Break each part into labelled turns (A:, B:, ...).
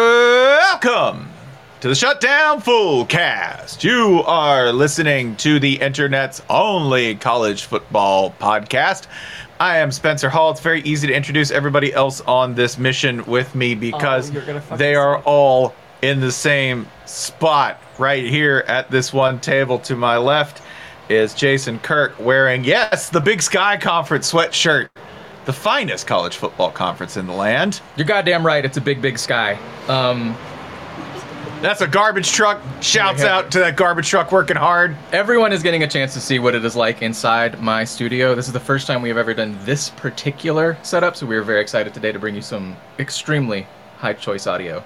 A: Welcome to the Shutdown Full Cast. You are listening to the internet's only college football podcast. I am Spencer Hall. It's very easy to introduce everybody else on this mission with me because they are all in the same spot right here at this one table to my left is Jason Kirk wearing yes, the Big Sky Conference sweatshirt. The finest college football conference in the land.
B: You're goddamn right. It's a big, big sky. Um,
A: That's a garbage truck. Shouts out to that garbage truck working hard.
B: everyone is getting a chance to see what it is like inside my studio. This is the first time we have ever done this particular setup, so we are very excited today to bring you some extremely high choice audio.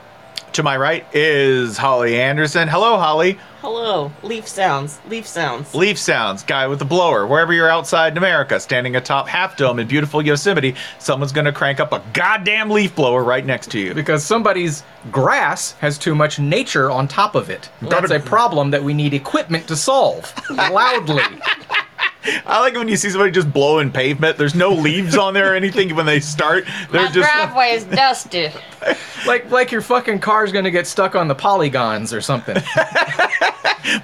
A: To my right is Holly Anderson. Hello, Holly.
C: Hello, leaf sounds, leaf sounds.
A: Leaf Sounds, guy with the blower. Wherever you're outside in America, standing atop Half Dome in beautiful Yosemite, someone's going to crank up a goddamn leaf blower right next to you.
B: Because somebody's grass has too much nature on top of it. That's a problem that we need equipment to solve loudly.
A: I like when you see somebody just blowing pavement. There's no leaves on there or anything when they start. They're
C: My
A: just.
C: driveway is dusty.
B: like like your fucking car's gonna get stuck on the polygons or something.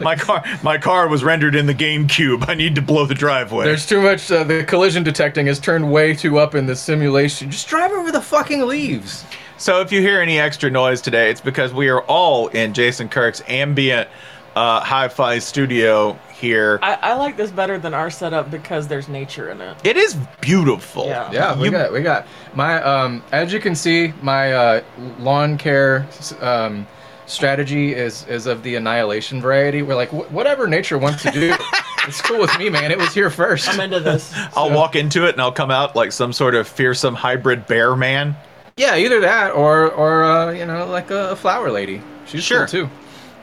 A: My car, my car was rendered in the GameCube. I need to blow the driveway.
B: There's too much. Uh, the collision detecting is turned way too up in the simulation. Just drive over the fucking leaves.
A: So if you hear any extra noise today, it's because we are all in Jason Kirk's ambient uh, hi-fi studio here.
D: I, I like this better than our setup because there's nature in it.
A: It is beautiful.
D: Yeah.
B: Yeah, we
A: You-
B: got we got my um as you can see my uh, lawn care s- um strategy is is of the annihilation variety. We're like "Wh- whatever nature wants to do. it's cool with me, man. It was here first.
D: I'm into this.
A: I'll walk into it and I'll come out like some sort of fearsome hybrid bear man.
B: yeah, either that or or uh, you know like a, a flower lady. She's
A: Sure.
B: cool too.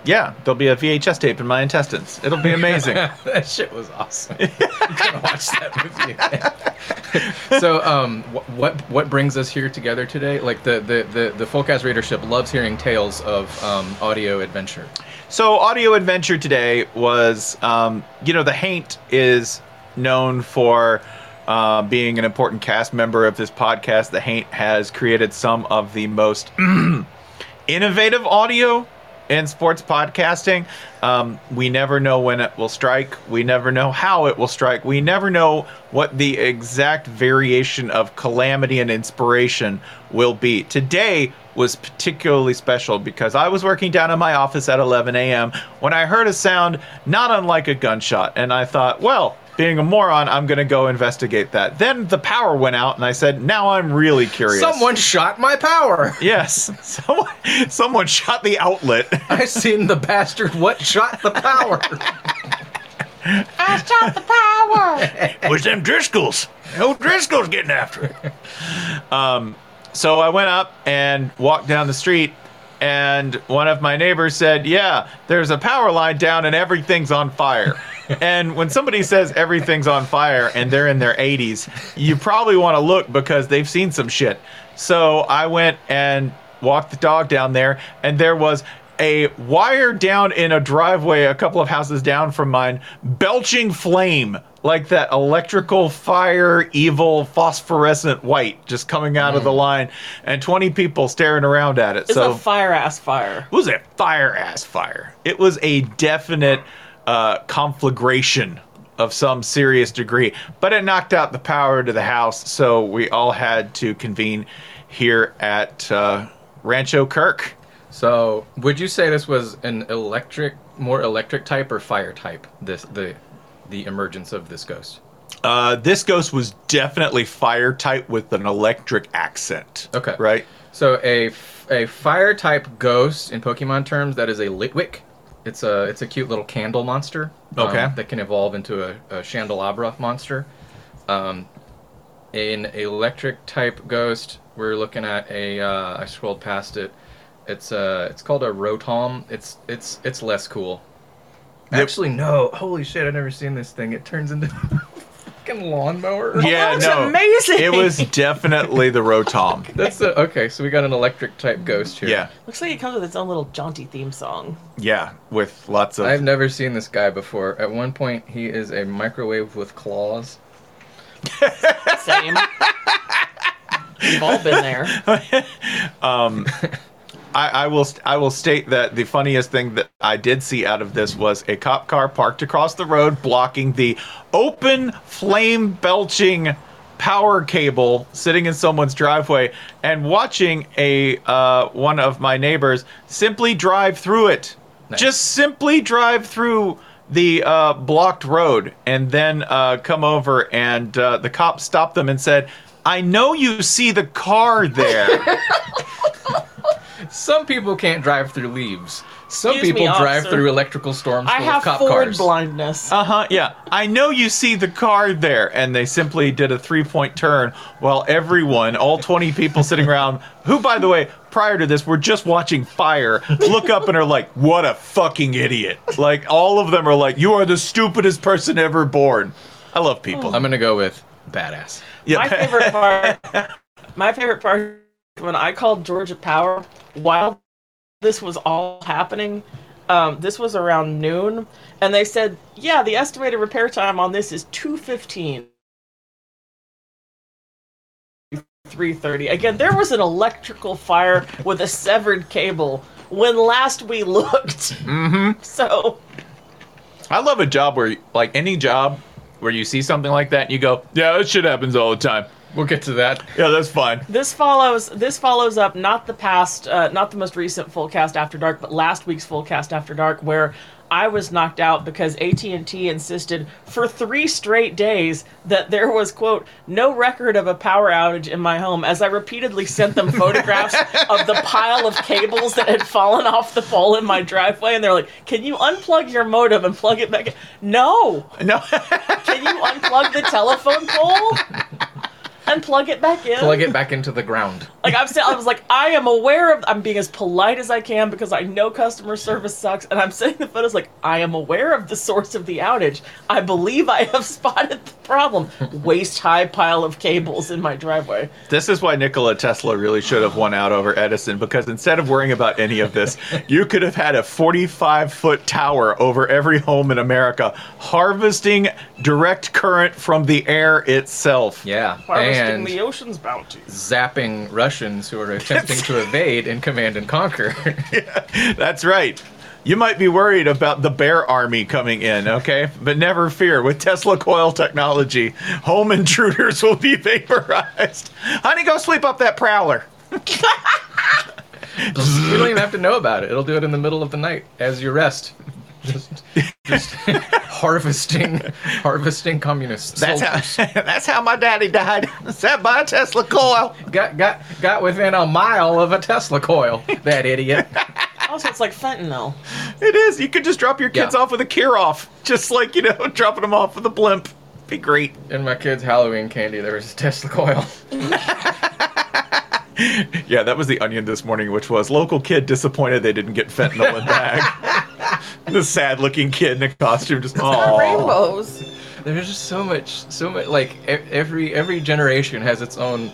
A: Yeah, there'll be a VHS tape in my intestines. It'll be amazing.
B: that shit was awesome. I'm gonna watch that with you. so, um, wh- what what brings us here together today? Like the the the, the Fullcast readership loves hearing tales of um, audio adventure.
A: So, audio adventure today was, um, you know, the Haint is known for uh, being an important cast member of this podcast. The Haint has created some of the most innovative audio in sports podcasting. Um, we never know when it will strike. We never know how it will strike. We never know what the exact variation of calamity and inspiration will be. Today was particularly special because I was working down in my office at 11 a.m. when I heard a sound not unlike a gunshot, and I thought, well, being a moron, I'm going to go investigate that. Then the power went out, and I said, now I'm really curious.
B: Someone shot my power.
A: Yes, someone, someone shot the outlet.
B: I seen the bastard what shot the power.
C: I shot the power.
A: It was them Driscolls. Old Driscolls getting after it. Um, so I went up and walked down the street, and one of my neighbors said, "Yeah, there's a power line down and everything's on fire." and when somebody says everything's on fire and they're in their 80s, you probably want to look because they've seen some shit. So I went and walked the dog down there, and there was a wire down in a driveway a couple of houses down from mine, belching flame like that electrical fire, evil phosphorescent white just coming out of the line, and 20 people staring around at it.
D: Mm. It's
A: so
D: a fire ass fire.
A: it was a fire ass fire. It was a definite uh, conflagration of some serious degree, but it knocked out the power to the house, so we all had to convene here at uh, Rancho Kirk.
B: So, would you say this was an electric, more electric type or fire type? This the the emergence of this ghost.
A: Uh, this ghost was definitely fire type with an electric accent.
B: Okay.
A: Right?
B: So a f- a fire type ghost in Pokemon terms that is a Litwick. It's a it's a cute little candle monster. um,
A: Okay.
B: that can evolve into a, a chandelabra monster. Um, an electric type ghost. We're looking at a. Uh, I scrolled past it. It's uh it's called a Rotom. It's it's it's less cool.
A: Yep.
B: Actually, no. Holy shit! I've never seen this thing. It turns into a fucking lawnmower.
A: Yeah,
D: That's
A: no.
D: amazing.
A: It was definitely the Rotom.
B: That's the okay. So we got an electric type ghost here.
A: Yeah,
D: Looks like it comes with its own little jaunty theme song.
A: yeah, with lots of.
B: I've never seen this guy before. At one point, he is a microwave with claws.
D: Same. We've all been there.
A: I, I will st- I will state that the funniest thing that I did see out of this was a cop car parked across the road blocking the open flame belching power cable sitting in someone's driveway and watching a uh, one of my neighbors simply drive through it just simply drive through the uh, blocked road and then uh, come over and uh, the cop stopped them and said I know you see the car there
B: Some people can't drive through leaves. Some
D: Excuse me,
B: people drive
D: officer.
B: through electrical storms
D: I
B: full
D: have
B: of cop
D: Ford
B: cars.
D: blindness.
A: Uh huh. Yeah, I know you see the car there, and they simply did a three-point turn while everyone, all twenty people sitting around, who, by the way, prior to this, were just watching fire, look up and are like, "What a fucking idiot!" Like all of them are like, "You are the stupidest person ever born." I love people.
B: I'm gonna go with badass.
A: Yeah.
D: My favorite part. My favorite part when I called Georgia Power while this was all happening. Um, this was around noon, and they said, "Yeah, the estimated repair time on this is two fifteen. 3:30. Again, there was an electrical fire with a severed cable when last we looked.
A: Mm-hmm.
D: So
A: I love a job where, like, any job where you see something like that, and you go, "Yeah, that shit happens all the time."
B: We'll get to that.
A: Yeah, that's fine.
D: This follows. This follows up not the past, uh, not the most recent full cast after dark, but last week's full cast after dark, where I was knocked out because AT and T insisted for three straight days that there was quote no record of a power outage in my home, as I repeatedly sent them photographs of the pile of cables that had fallen off the pole in my driveway, and they're like, "Can you unplug your modem and plug it back?" in? No.
A: No.
D: Can you unplug the telephone pole and plug it back in?
B: Plug it back into the ground.
D: Like I'm saying, I was like, I am aware of. I'm being as polite as I can because I know customer service sucks, and I'm sending the photos like I am aware of the source of the outage. I believe I have spotted the problem. Waist high pile of cables in my driveway.
A: This is why Nikola Tesla really should have won out over Edison because instead of worrying about any of this, you could have had a 45 foot tower over every home in America harvesting direct current from the air itself.
B: Yeah.
D: Harvesting
B: and
D: the ocean's bounties.
B: zapping Russians who are attempting to evade in Command and Conquer.
A: That's right. You might be worried about the bear army coming in, okay? But never fear, with Tesla coil technology, home intruders will be vaporized. Honey, go sweep up that prowler.
B: you don't even have to know about it. It'll do it in the middle of the night as you rest. Just, just harvesting, harvesting communists.
A: That's how, that's how my daddy died. Set by a Tesla coil.
B: got got got within a mile of a Tesla coil. That idiot.
D: Also, it's like fentanyl.
A: It is. You could just drop your kids
B: Yeah.
A: off with a Kirov, just like you know, dropping them off with a blimp. Be great.
B: In my kids' Halloween candy, there was a Tesla coil.
A: yeah, that was the Onion this morning, which was local kid disappointed they didn't get fentanyl in bag. the sad-looking kid in a costume just oh
B: rainbows. There's just so much, so much. Like e- every every generation has its own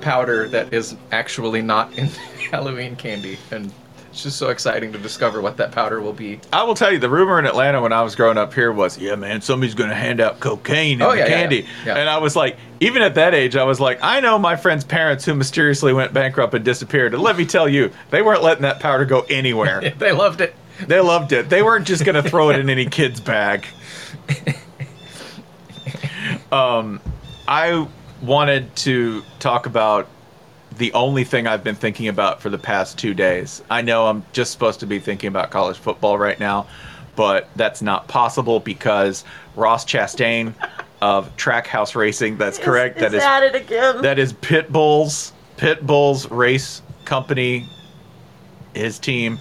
B: powder that is actually not in Halloween candy, and it's just so exciting to discover what that powder will be.
A: I will tell you, the rumor in Atlanta when I was growing up here was, yeah, man, somebody's going to hand out cocaine and
B: Oh, yeah, yeah,
A: candy.
B: yeah. Yeah.
A: And I was like, even at that age, I was like, I know my friend's parents who mysteriously went bankrupt and disappeared. And let me tell you, they weren't letting that powder go anywhere.
B: they loved it.
A: They loved it. They weren't just going to throw it in any kid's bag. Um, I wanted to talk about the only thing I've been thinking about for the past two days. I know I'm just supposed to be thinking about college football right now, but that's not possible because Ross Chastain of Trackhouse Racing, that's correct.
C: It's
A: that is
C: at it again.
A: that is Pit Bulls, Pit Bulls Race Company, his team.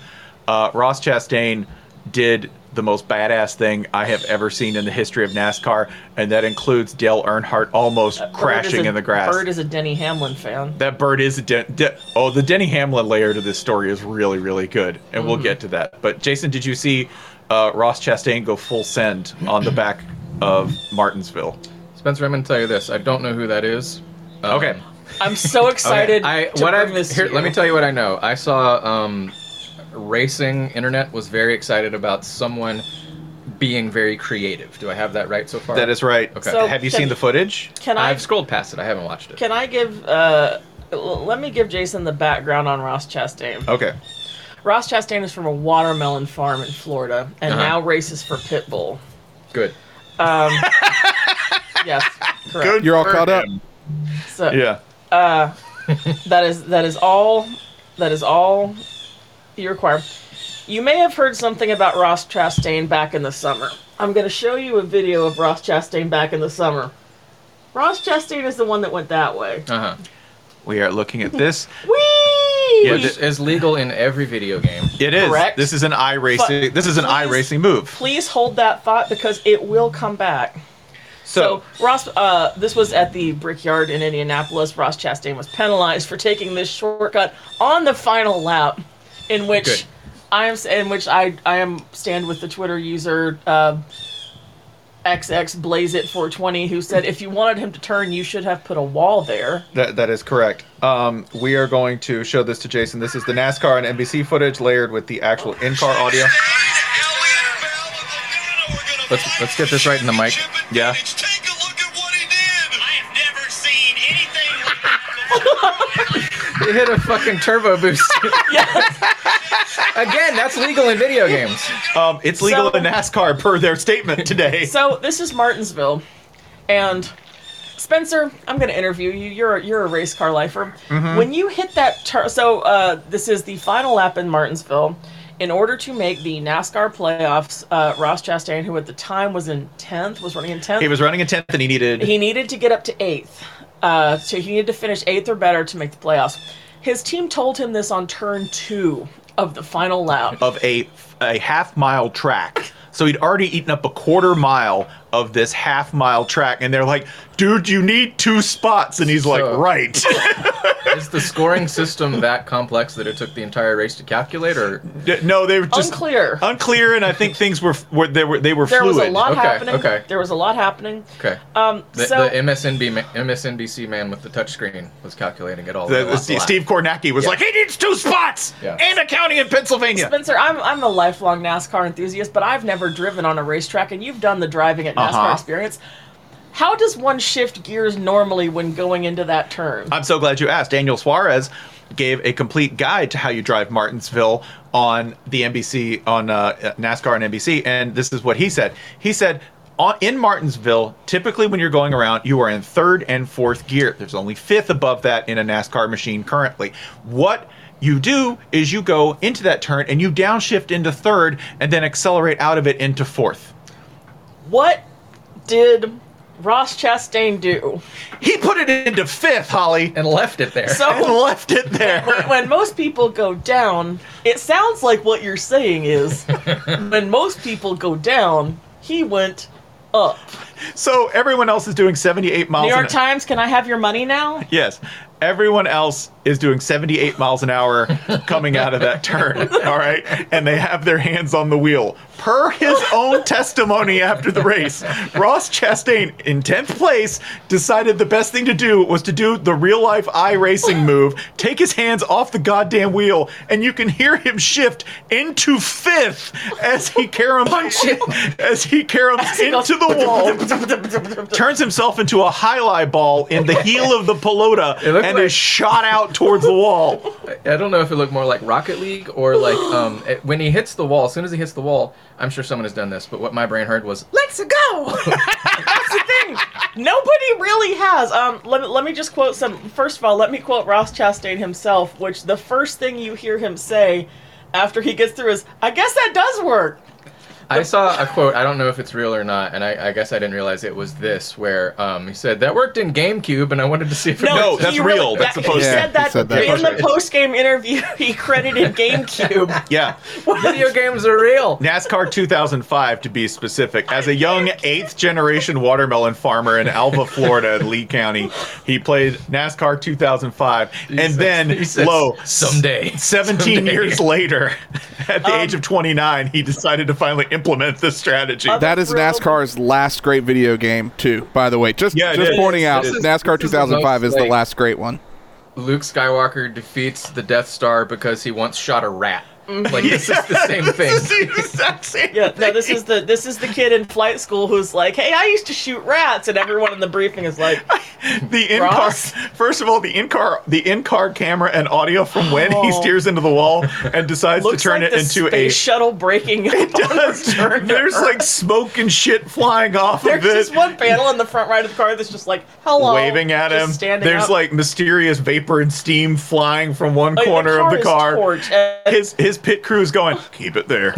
A: Uh, Ross Chastain did the most badass thing I have ever seen in the history of NASCAR, and that includes Dale Earnhardt almost crashing
D: Bird is a-
A: in the grass.
D: Bird is a Denny Hamlin fan.
A: that bird is a Den- De- oh the Denny Hamlin layer to this story is really really good, and
D: Mm-hmm.
A: we'll get to that. But Jason, did you see uh, Ross Chastain go full send on the back of Martinsville?
B: Spencer, I'm going to tell you this. I don't know who that is. Um,
A: Okay,
D: I'm so excited.
B: I
D: to
B: what
D: bring
B: I've
D: this
B: here,
D: to
B: let me tell you what I know. I saw um, racing internet was very excited about someone being very creative. Do I have that right so far?
A: that is right.
B: Okay.
D: So-
A: have you
D: can-
A: seen the footage?
D: Can I
B: I've scrolled past it. I haven't watched it.
D: Can I give? Uh, l- let me give Jason the background on Ross Chastain.
A: Okay.
D: Ross Chastain is from a watermelon farm in Florida and
B: Uh-huh.
D: now races for Pitbull.
B: Good.
D: Um, yes, correct.
A: Good
E: You're all
A: for
E: caught up?
A: him.
D: So,
A: Yeah.
D: uh, that is that is all that is all you require. You may have heard something about Ross Chastain back in the summer. I'm going to show you a video of Ross Chastain back in the summer. Ross Chastain is the one that went that way.
B: Uh huh.
A: We are looking at this.
D: Whee!
A: Yeah,
B: Which
A: th-
B: is legal in every video game.
A: it is.
D: Correct.
A: This is an iRacing.
D: Fu-
A: This is an
D: please-
A: iRacing move.
D: Please hold that thought because it will come back.
A: So,
D: So Ross, uh, this was at the Brickyard in Indianapolis. Ross Chastain was penalized for taking this shortcut on the final lap, in which
B: Good.
D: I am in which I I am stand with the Twitter user uh, xxblazeit420 who said if you wanted him to turn, you should have put a wall there.
A: that that is correct. Um, we are going to show this to Jason. This is the NASCAR and NBC footage layered with the actual in-car audio.
B: Let's let's get this right in the mic.
A: Yeah.
B: It hit a fucking turbo boost. Again, that's legal in video games.
A: Um, it's legal
D: So-
A: in NASCAR per their statement today.
D: So this is Martinsville, and Spencer, I'm going to interview you. You're a, you're a race car lifer.
A: Mm-hmm.
D: When you hit that turn, so uh, this is the final lap in Martinsville. In order to make the NASCAR playoffs, uh, Ross Chastain, who at the time was in tenth, was running in tenth.
A: He was running a tenth and he needed.
D: He needed to get up to eighth. Uh, so he needed to finish eighth or better to make the playoffs. His team told him this on turn two of the final lap.
A: of a a half mile track. So he'd already eaten up a quarter mile of this half mile track, and they're like, "Dude, you need two spots," and he's like,
B: So-
A: "Right."
B: Is the scoring system that complex that it took the entire race to calculate, or
A: D- no, they were just
D: Unclear.
A: unclear, and I think things were were they were they were
D: There
A: fluid.
D: was a lot
B: Okay,
D: happening.
B: okay.
D: There was a lot happening.
B: okay?
D: Um,
B: The,
D: so
B: the MSNB ma- MSNBC man with the touchscreen was calculating it all.
A: The-
B: in
A: the
B: one
A: Steve,
B: lap.
A: Steve Kornacki was like, "He needs two spots
B: Yeah.
A: and a county in Pennsylvania."
D: Spencer, I'm I'm a lifelong NASCAR enthusiast, but I've never driven on a racetrack, and you've done the driving at NASCAR
A: Uh-huh.
D: experience. How does one shift gears normally when going into that turn?
A: I'm so glad you asked. Daniel Suarez gave a complete guide to how you drive Martinsville on the NBC on uh, NASCAR and NBC, and this is what he said. He said. On, in Martinsville, typically when you're going around, you are in third and fourth gear. There's only fifth above that in a NASCAR machine currently. What you do is you go into that turn and you downshift into third and then accelerate out of it into fourth.
D: what did Ross Chastain do?
A: He put it into fifth, Holly,
B: and left it there.
A: and
D: So
A: left it there.
D: when, when most people go down, it sounds like what you're saying is when most people go down, he went up.
A: So everyone else is doing 78 miles
D: New
A: an
D: York Times, can I have your money now?
A: Yes. Everyone else is doing 78 miles an hour coming out of that turn. All right. And they have their hands on the wheel. Per his own testimony after the race, Ross Chastain, in 10th place, decided the best thing to do was to do the real life i racing move, take his hands off the goddamn wheel, and you can hear him shift into fifth as he caroms, as he caroms into the wall, turns himself into a highlight ball in the heel of the pelota and
B: like-
A: is shot out towards the wall.
B: I I don't know if it looked more like Rocket League or like um, it- when he hits the wall. As soon as he hits the wall, I'm sure someone has done this, but what my brain heard was
D: Let's go. That's the thing. Nobody really has. Um, let, me- let me just quote some. First of all, let me quote Ross Chastain himself, which the first thing you hear him say after he gets through is, "I guess that does work."
B: I saw a quote. I don't know if it's real or not, and I, I guess I didn't realize it was this, where um, he said that worked in GameCube, and I wanted to see if it
D: No,
B: worked."
A: that's
D: he really-
A: real. That's
D: that-
A: the post.
D: He said that, in the post game interview. He credited GameCube.
A: Yeah.
B: Video games are real.
A: NASCAR 2005, to be specific. As a young eighth generation watermelon farmer in Alva, Florida, Lee County, he played NASCAR 2005. and then,
B: he says,
A: lo,
B: "Someday,
A: 17
B: someday." Um,
A: years later, at the age of 29, he decided to finally implement this strategy.
E: That is NASCAR's last great video game, too. By the way, just
A: Yeah, it
E: just
A: is.
E: pointing
A: It
E: out,
A: is.
E: NASCAR
B: This is the
E: 2005 is
B: most,
E: the
B: like-
E: last great one.
B: Luke Skywalker defeats the Death Star because he once shot a rat. Like this is the same thing.
D: yeah, no, this is the this is the kid in flight school who's like, "Hey, I used to shoot rats," and everyone in the briefing is like,
A: The in car, first of all, the in car, the in car camera and audio from when he
D: Oh.
A: steers into the wall and decides to
D: "Looks
A: turn
D: like
A: it
D: the
A: into
D: space
A: a
D: shuttle breaking." It does.
A: There's like smoke and shit flying off
D: There's
A: of it.
D: just one panel in the front right of the car that's just like, hello.
A: waving at
D: just
A: him.
D: standing
A: There's
D: up.
A: like mysterious vapor and steam flying from one
D: Like, the
A: corner
D: car
A: of the
D: is
A: car.
D: torched,
A: his his pit crew's going, keep it there,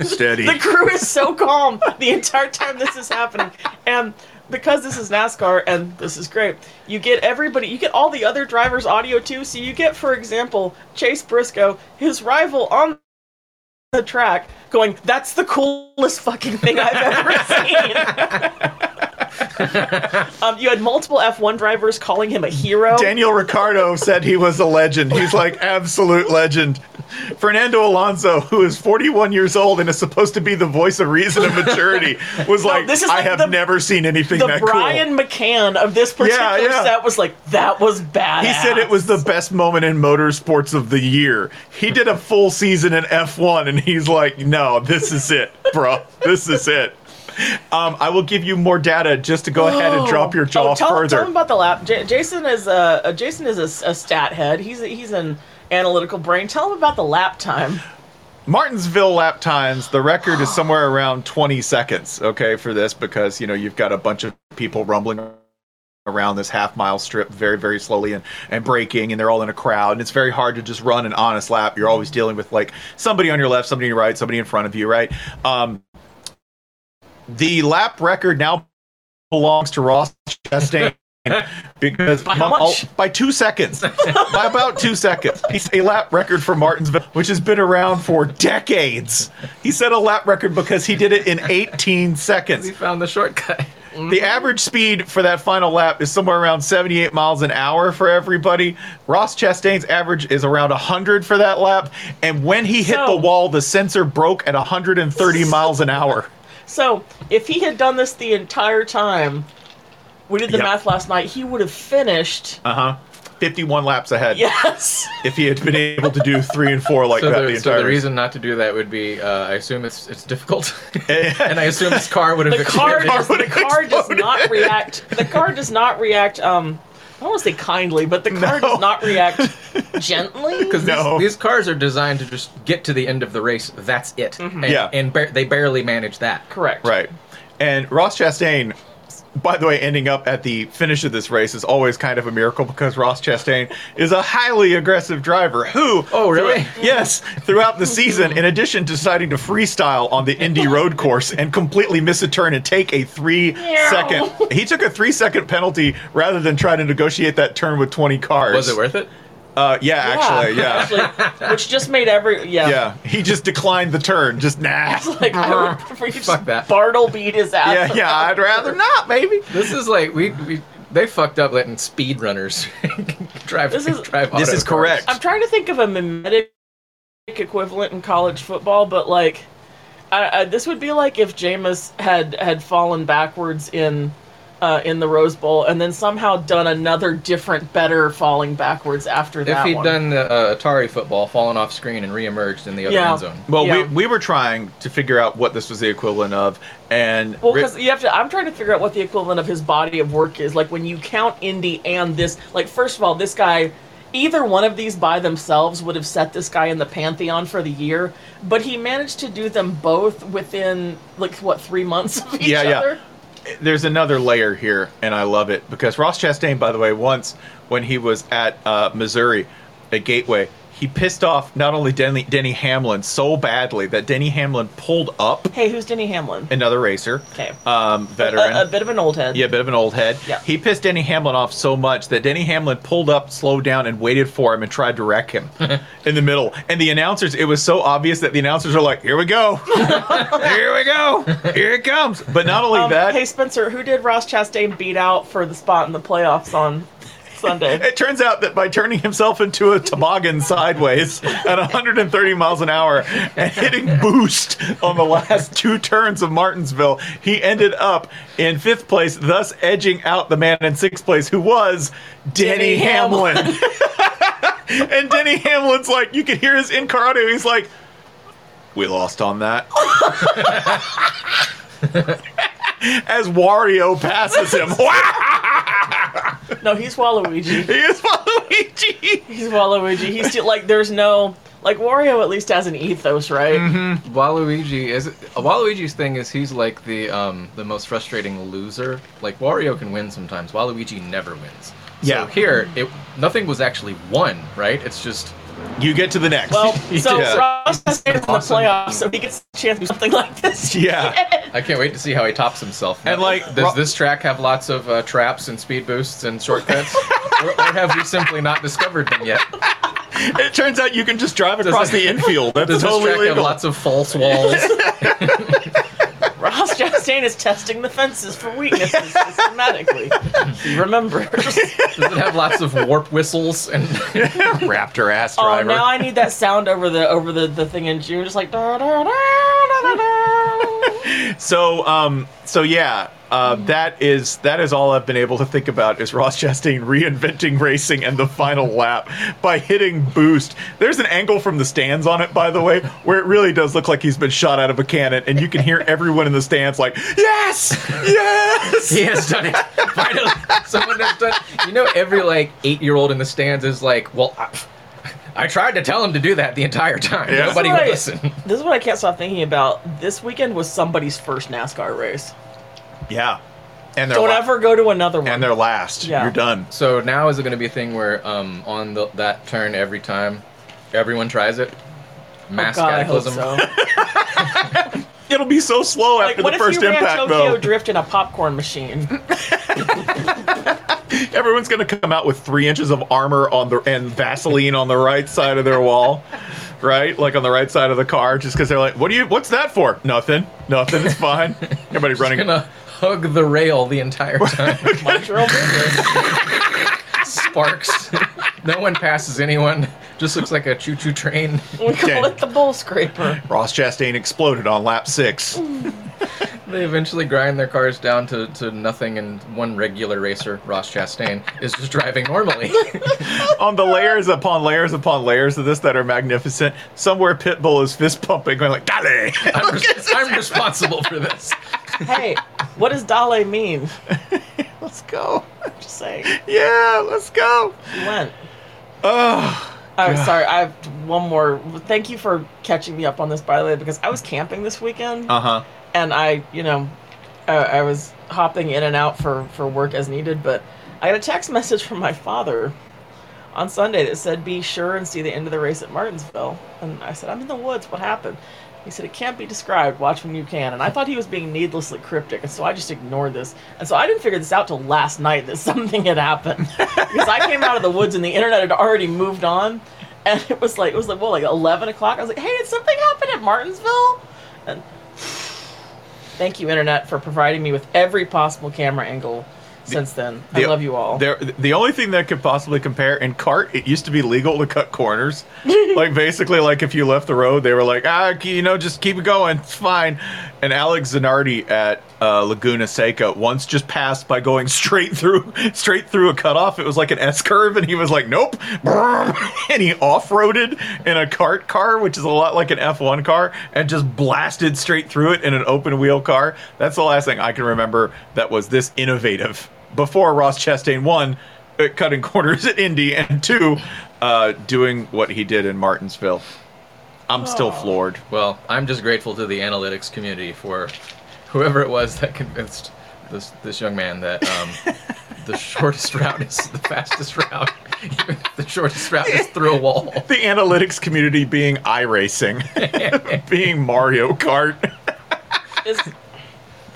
A: steady.
D: The crew is so calm the entire time this is happening. And because this is NASCAR and this is great, you get everybody, you get all the other drivers' audio too. So you get, for example, Chase Briscoe, his rival on the track, going, That's the coolest fucking thing I've ever seen. um, you had multiple F1 drivers calling him a hero.
A: Daniel Ricardo said he was a legend. He's like absolute legend. Fernando Alonso, who is 41 years old and is supposed to be the voice of reason and maturity, was like,
D: this is
A: I
D: like
A: have
D: the-
A: never seen anything
D: the
A: that cool.
D: Brian McCann of this particular
A: yeah.
D: set was like, that was bad.
A: He said it was the best moment in motorsports of the year. He did a full season in F1, and he's like, no, this is it, bro. This is it. Um, I will give you more data just to go ahead and drop your jaw
D: oh, tell,
A: further.
D: Tell him about the lap. J- Jason is a, a Jason is a s- a, stat head. He's a, he's an analytical brain. Tell him about the lap time.
A: Martinsville lap times, the record is somewhere around 20 seconds, okay, for this, because, you know, you've got a bunch of people rumbling around this half mile strip very, very slowly and, and braking, and they're all in a crowd, and it's very hard to just run an honest lap. You're always dealing with, like, somebody on your left, somebody on your right, somebody in front of you, right? Um, the lap record now belongs to Ross Chastain because
D: By how much?
A: by two seconds, by about two seconds, he's a lap record for Martinsville, which has been around for decades. He set a lap record because he did it in 18 seconds.
B: He found the shortcut.
A: The average speed for that final lap is somewhere around 78 miles an hour for everybody. Ross Chastain's average is around 100 for that lap, and when he hit the wall, the sensor broke at 130 miles an hour.
D: So if he had done this the entire time, we did the
A: Yep.
D: math last night. He would have finished.
A: Uh huh. 51 laps ahead.
D: Yes.
A: If he had been able to do three and four like
B: so,
A: that
B: the,
A: the
B: so
A: entire
B: the reason not to do that would be, uh, I assume it's it's difficult, and I assume this car would have.
D: The car, does,
B: exploded.
D: the car does not react. The car does not react. Um, I don't want to say kindly, but the car does not react gently.
B: Because these, cars are designed to just get to the end of the race. That's it. And,
A: Yeah.
B: and bar- they barely manage that.
D: Mm-hmm. Correct.
A: Right. And Ross Chastain, by the way, ending up at the finish of this race is always kind of a miracle because Ross Chastain is a highly aggressive driver who.
B: Oh, really?
A: yes. Throughout the season, in addition to deciding to freestyle on the Indy road course and completely miss a turn and take a three second. He took a three second penalty rather than try to negotiate that turn with 20 cars.
B: Was it worth it?
A: Uh, yeah, actually, yeah.
D: actually, which just made every yeah.
A: Yeah, he just declined the turn. Just nah.
D: It's like I would prefer you just Bartle beat his ass.
A: Yeah, yeah, I'd rather not, maybe.
B: This is like we, we they fucked up letting speedrunners drive
D: This is-
B: drive.
A: This
B: auto
A: is
B: cars.
A: correct.
D: I'm trying to think of a mimetic equivalent in college football, but like, I, I, this would be like if Jameis had had fallen backwards in uh, in the Rose Bowl and then somehow done another different, better falling backwards after
B: If
D: that
B: he'd
D: one.
B: done the uh, Atari football, fallen off screen and reemerged in the other
D: Yeah.
B: end zone.
A: Well,
D: Yeah.
A: we, we were trying to figure out what this was the equivalent of, and
D: well,
A: Rick-
D: because you have to. I'm trying to figure out what the equivalent of his body of work is. Like when you count Indy and this. Like first of all, this guy. Either one of these by themselves would have set this guy in the pantheon for the year, but he managed to do them both within like what three months of each
A: yeah,
D: other.
A: yeah. There's another layer here, and I love it because Ross Chastain, by the way, once when he was at uh, Missouri at Gateway, he pissed off not only Denny, Denny Hamlin so badly that Denny Hamlin pulled up
D: Hey, who's Denny Hamlin?
A: another racer,
D: Okay.
A: um, veteran,
D: A, a bit of an old head.
A: Yeah, a bit of an old head.
D: Yeah.
A: He pissed Denny Hamlin off so much that Denny Hamlin pulled up, slowed down, and waited for him and tried to wreck him in the middle. And the announcers, it was so obvious that the announcers are like, here we go. here we go. Here it comes. But not only
D: Um,
A: that,
D: Hey, Spencer, who did Ross Chastain beat out for the spot in the playoffs on Sunday?
A: it turns out that by turning himself into a toboggan sideways at 130 miles an hour and hitting boost on the last two turns of Martinsville, he ended up in fifth place, thus edging out the man in sixth place, who was Denny,
D: Denny
A: Hamlin. and Denny Hamlin's like, you can hear his incarnato. He's like, we lost on that. As Wario passes him,
D: no, he's Waluigi.
A: he is Waluigi.
D: He's Waluigi. He's still, like, there's no. Like, Wario at least has an ethos,
A: Mm-hmm.
D: right?
B: Waluigi is Waluigi's thing is he's like the um the most frustrating loser. Like Wario can win sometimes. Waluigi never wins.
A: Yeah.
B: So here it nothing was actually won, right? It's just
A: You get to the next.
D: Well, so
A: Yeah.
D: Ross Chastain's in the playoffs, so he gets a chance to do something like this.
A: Yeah.
B: I can't wait to see how he tops himself.
A: And, like,
B: does
A: Ro-
B: this track have lots of uh, traps and speed boosts and shortcuts, or, or have we simply not discovered them yet?
A: It turns out you can just drive across the infield. That's
B: Does this
A: totally
B: track have
A: legal.
B: lots of false walls?
D: Ross Chastain is testing the fences for weaknesses systematically. He remembers.
B: Does it have lots of warp whistles and
A: Raptor ass
D: Oh, now I need that sound over the over the, the thing in June. Just like da da da da da da.
A: so, um, so yeah, uh, that is that is all I've been able to think about is Ross Chastain reinventing racing and the final lap by hitting boost. There's an angle from the stands on it, by the way, where it really does look like he's been shot out of a cannon, and you can hear everyone in the stands like, "Yes, yes."
B: He has done it. Finally, someone has done. You know, every like eight-year-old in the stands is like, "Well, I, I tried to tell him to do that the entire time.
A: Yeah.
B: Nobody
D: That's
B: would
D: right.
B: listen."
D: This is what I can't stop thinking about. This weekend was somebody's first NASCAR race.
A: Yeah, and they're
D: Don't
A: la-
D: ever go to another one. Oh,
A: and they're last.
D: Yeah.
A: You're done.
B: So now is it going to be a thing where um, on the, that turn every time, everyone tries it?
D: oh,
B: Mass
D: God, I hope
B: cataclysm.
D: so.
A: It'll be so slow
D: like,
A: after
D: what
A: the
D: if
A: first
D: you ran
A: impact,
D: Tokyo
A: though.
D: Drift in a popcorn machine?
A: Everyone's gonna come out with three inches of armor on the and Vaseline on the right side of their wall, right? Like on the right side of the car, just because they're like, "What do you? What's that for? Nothing. Nothing. It's fine." Everybody running.
B: Gonna hug the rail the entire time.
D: Montreal Midwest.
B: Sparks. no one passes anyone. Just looks like a choo-choo train.
D: We call
A: Okay.
D: it the bull scraper.
A: Ross Chastain exploded on lap six.
B: They eventually grind their cars down to, to nothing, and one regular racer, Ross Chastain, is just driving normally.
A: on the layers upon layers upon layers of this that are magnificent. Somewhere Pitbull is fist pumping, going like, "Dale!"
B: I'm, res- I'm responsible for this.
D: Hey, what does Dale mean?
A: Let's go.
D: Just saying.
A: Yeah, let's go.
D: You went.
A: Oh,
D: Oh, sorry. I have one more. Thank you for catching me up on this, by the way, because I was camping this weekend.
A: uh
B: Uh-huh.
A: huh.
D: and I, you know, uh, I was hopping in and out for for work as needed, but I got a text message from my father on Sunday that said, "Be sure and see the end of the race at Martinsville." And I said, "I'm in the woods. What happened?" He said, It can't be described. Watch when you can. And I thought he was being needlessly cryptic. And so I just ignored this. And so I didn't figure this out till last night that something had happened. because I came out of the woods and the internet had already moved on. And it was like, it was like, well, like 11 o'clock. I was like, Hey, did something happen at Martinsville? And thank you, internet, for providing me with every possible camera angle since then. I love you all.
A: There, the only thing that could possibly compare in cart, it used to be legal to cut corners. like basically, like if you left the road, they were like, ah, ke- you know, just keep it going, it's fine. And Alex Zanardi at uh, Laguna Seca once just passed by going straight through, straight through a cutoff. It was like an S curve, and he was like, nope, and he off-roaded in a cart car, which is a lot like an F1 car, and just blasted straight through it in an open-wheel car. That's the last thing I can remember that was this innovative before Ross Chastain one, uh, cutting corners at Indy, and two, uh, doing what he did in Martinsville. I'm still floored.
B: Well, I'm just grateful to the analytics community for whoever it was that convinced this this young man that um, the shortest route is the fastest route. Even if the shortest route is through a wall.
A: The analytics community being iRacing, being Mario Kart.
D: Is,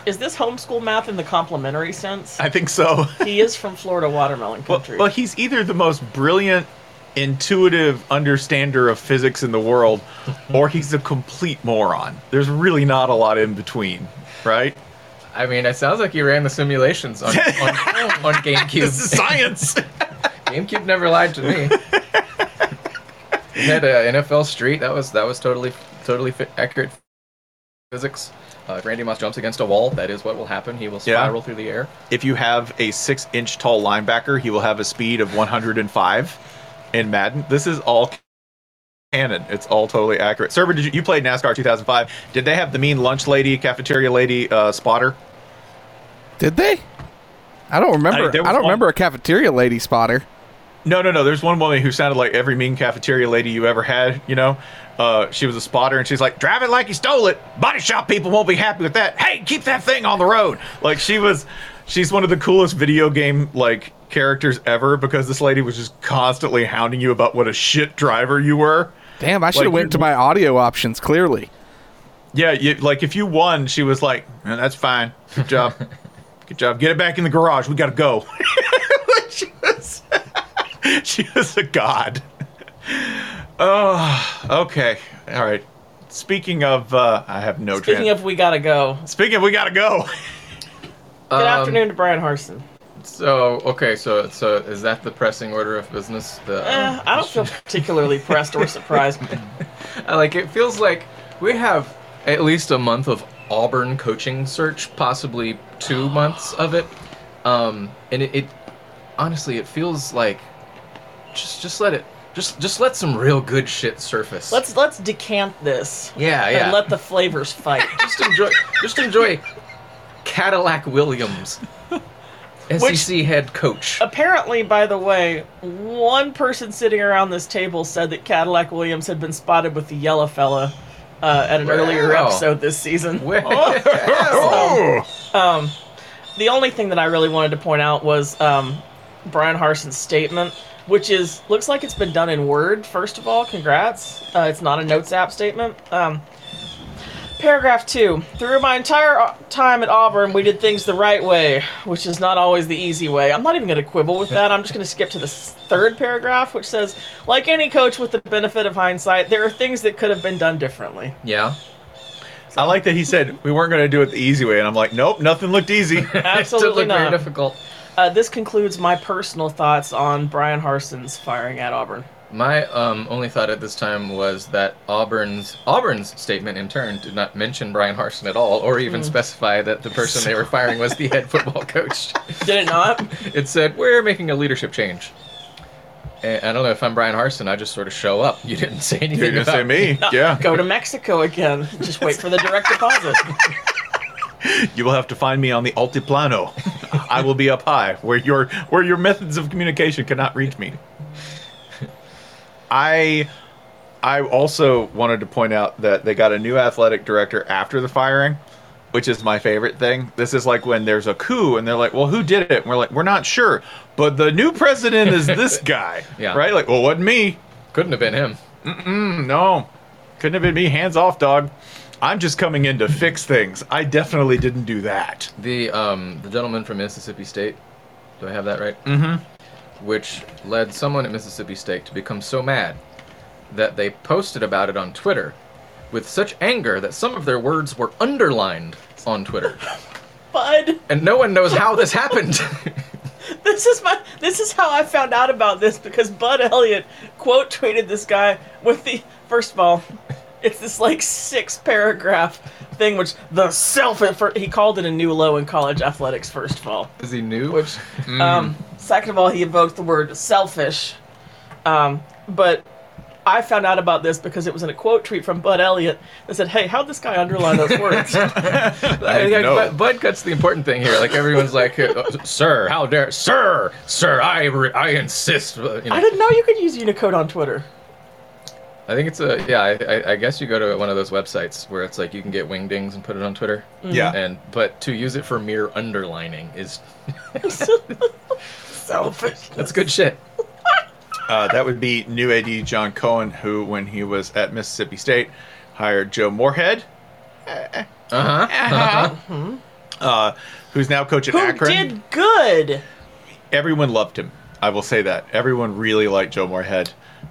D: is this homeschool math in the complimentary sense?
A: I think so.
D: he is from Florida watermelon country.
A: Well, he's either the most brilliant, intuitive understander of physics in the world, or he's a complete moron. There's really not a lot in between, right?
B: I mean, it sounds like he ran the simulations on, on, on GameCube.
A: This is science.
B: GameCube never lied to me. It had uh, NFL Street. That was that was totally totally fi- accurate physics. Uh, if Randy Moss jumps against a wall, that is what will happen. He will
A: Yeah.
B: spiral through the air.
A: If you have a six inch tall linebacker, he will have a speed of 105 in Madden. This is all canon. It's all totally accurate. Server, did you, you played NASCAR 2005? Did they have the mean lunch lady, cafeteria lady, uh, spotter?
E: Did they? I don't remember. I,
A: there
E: don't
A: was one-
E: remember a cafeteria lady spotter.
A: No, no, no. There's one woman who sounded like every mean cafeteria lady you ever had. You know, uh, she was a spotter, and she's like, "Drive it like you stole it." Body shop people won't be happy with that. Hey, keep that thing on the road. Like she was, she's one of the coolest video game like characters ever because this lady was just constantly hounding you about what a shit driver you were.
E: Damn, I should have
A: Like,
E: went to my audio options. Clearly,
A: Yeah, you, like if you won, she was like, "Eh, "That's fine. Good job. Good job. Get it back in the garage. We gotta go." she was, she was a god. Oh, okay. All right. Speaking of, uh, I have no.
D: Speaking of, we gotta go.
A: Speaking of, we gotta go.
D: Good afternoon to Brian Harson.
B: Um, So okay, so so is that the pressing order of business? The
D: Eh, I don't feel particularly pressed or surprised.
B: I like it feels like we have at least a month of Auburn coaching search, possibly two months of it, um, and it, it honestly it feels like just just let it just just let some real good shit surface.
D: Let's let's decant this.
B: Yeah,
D: and
B: yeah.
D: let the flavors fight.
B: just enjoy. Just enjoy. Cadillac Williams, SEC head coach.
D: Apparently, by the way, one person sitting around this table said that Cadillac Williams had been spotted with the yellow fella uh, at an earlier
B: Wow.
D: episode this season.
B: Wow.
D: So, um, the only thing that I really wanted to point out was um, Brian Harson's statement, which is looks like it's been done in Word. First of all, congrats. Uh, it's not a Notes app statement. Um, Paragraph two. Through my entire au- time at Auburn, we did things the right way, which is not always the easy way. I'm not even going to quibble with that. I'm just going to skip to the s- third paragraph, which says, like any coach with the benefit of hindsight, there are things that could have been done differently.
B: Yeah.
A: I like that he said we weren't going to do it the easy way, and I'm like, nope, nothing looked easy.
D: Absolutely not.
B: difficult.
D: Uh, this concludes my personal thoughts on Brian Harson's firing at Auburn.
B: My um, only thought at this time was that Auburn's Auburn's statement in turn did not mention Brian Harson at all, or even
D: Hmm.
B: specify that the person they were firing was the head football coach.
D: Did it not?
B: It said we're making a leadership change. And I don't know if I'm Brian Harson. I just sort of show up. You didn't say anything.
A: didn't
B: about
A: say me.
B: No.
A: Yeah.
D: Go to Mexico again. Just wait for the direct deposit.
A: You will have to find me on the altiplano. I will be up high, where your where your methods of communication cannot reach me. I I also wanted to point out that they got a new athletic director after the firing, which is my favorite thing. This is like when there's a coup and they're like, "Well, who did it?" And we're like, "We're not sure, but the new president is this guy."
B: Yeah.
A: Right? Like, "Well, it wasn't me."
B: Couldn't have been him.
A: Mm-mm, no. Couldn't have been me. Hands off, dog. I'm just coming in to fix things. I definitely didn't do that.
B: The um, the gentleman from Mississippi State. Do I have that right?
A: Mm-hmm.
B: Which led someone at Mississippi State to become so mad that they posted about it on Twitter with such anger that some of their words were underlined on Twitter.
D: Bud.
B: And no one knows how this happened.
D: This is my. This is how I found out about this because Bud Elliott quote tweeted this guy with the first of all, it's this like six paragraph thing which the self he called it a new low in college athletics. First of all,
B: Is he new? Which
D: um, second of all, he invoked the word selfish. Um, but I found out about this because it was in a quote tweet from Bud Elliott that said, "Hey, how'd this guy underline those words?"
B: I, I, Bud, Bud cuts the important thing here. Like everyone's like, uh, "Sir, how dare, sir, sir, I, re- I insist." uh, You know.
D: I
B: I,
D: didn't know you could use Unicode on Twitter.
B: think it's a yeah. I, I, I guess you go to one of those websites where it's like you can get wingdings and put it on Twitter.
D: Mhm. Yeah.
B: And but to use it for mere underlining is
D: selfish.
B: That's good shit.
A: Uh, that would be new AD John Cohen, who, when he was at Mississippi State, hired Joe Moorhead, Uh-huh.
B: Uh huh.
D: Mhm.
A: uh, who's now coach at
D: Who
A: Akron.
D: did good?
A: Everyone loved him. I will say that everyone really liked Joe Moorhead.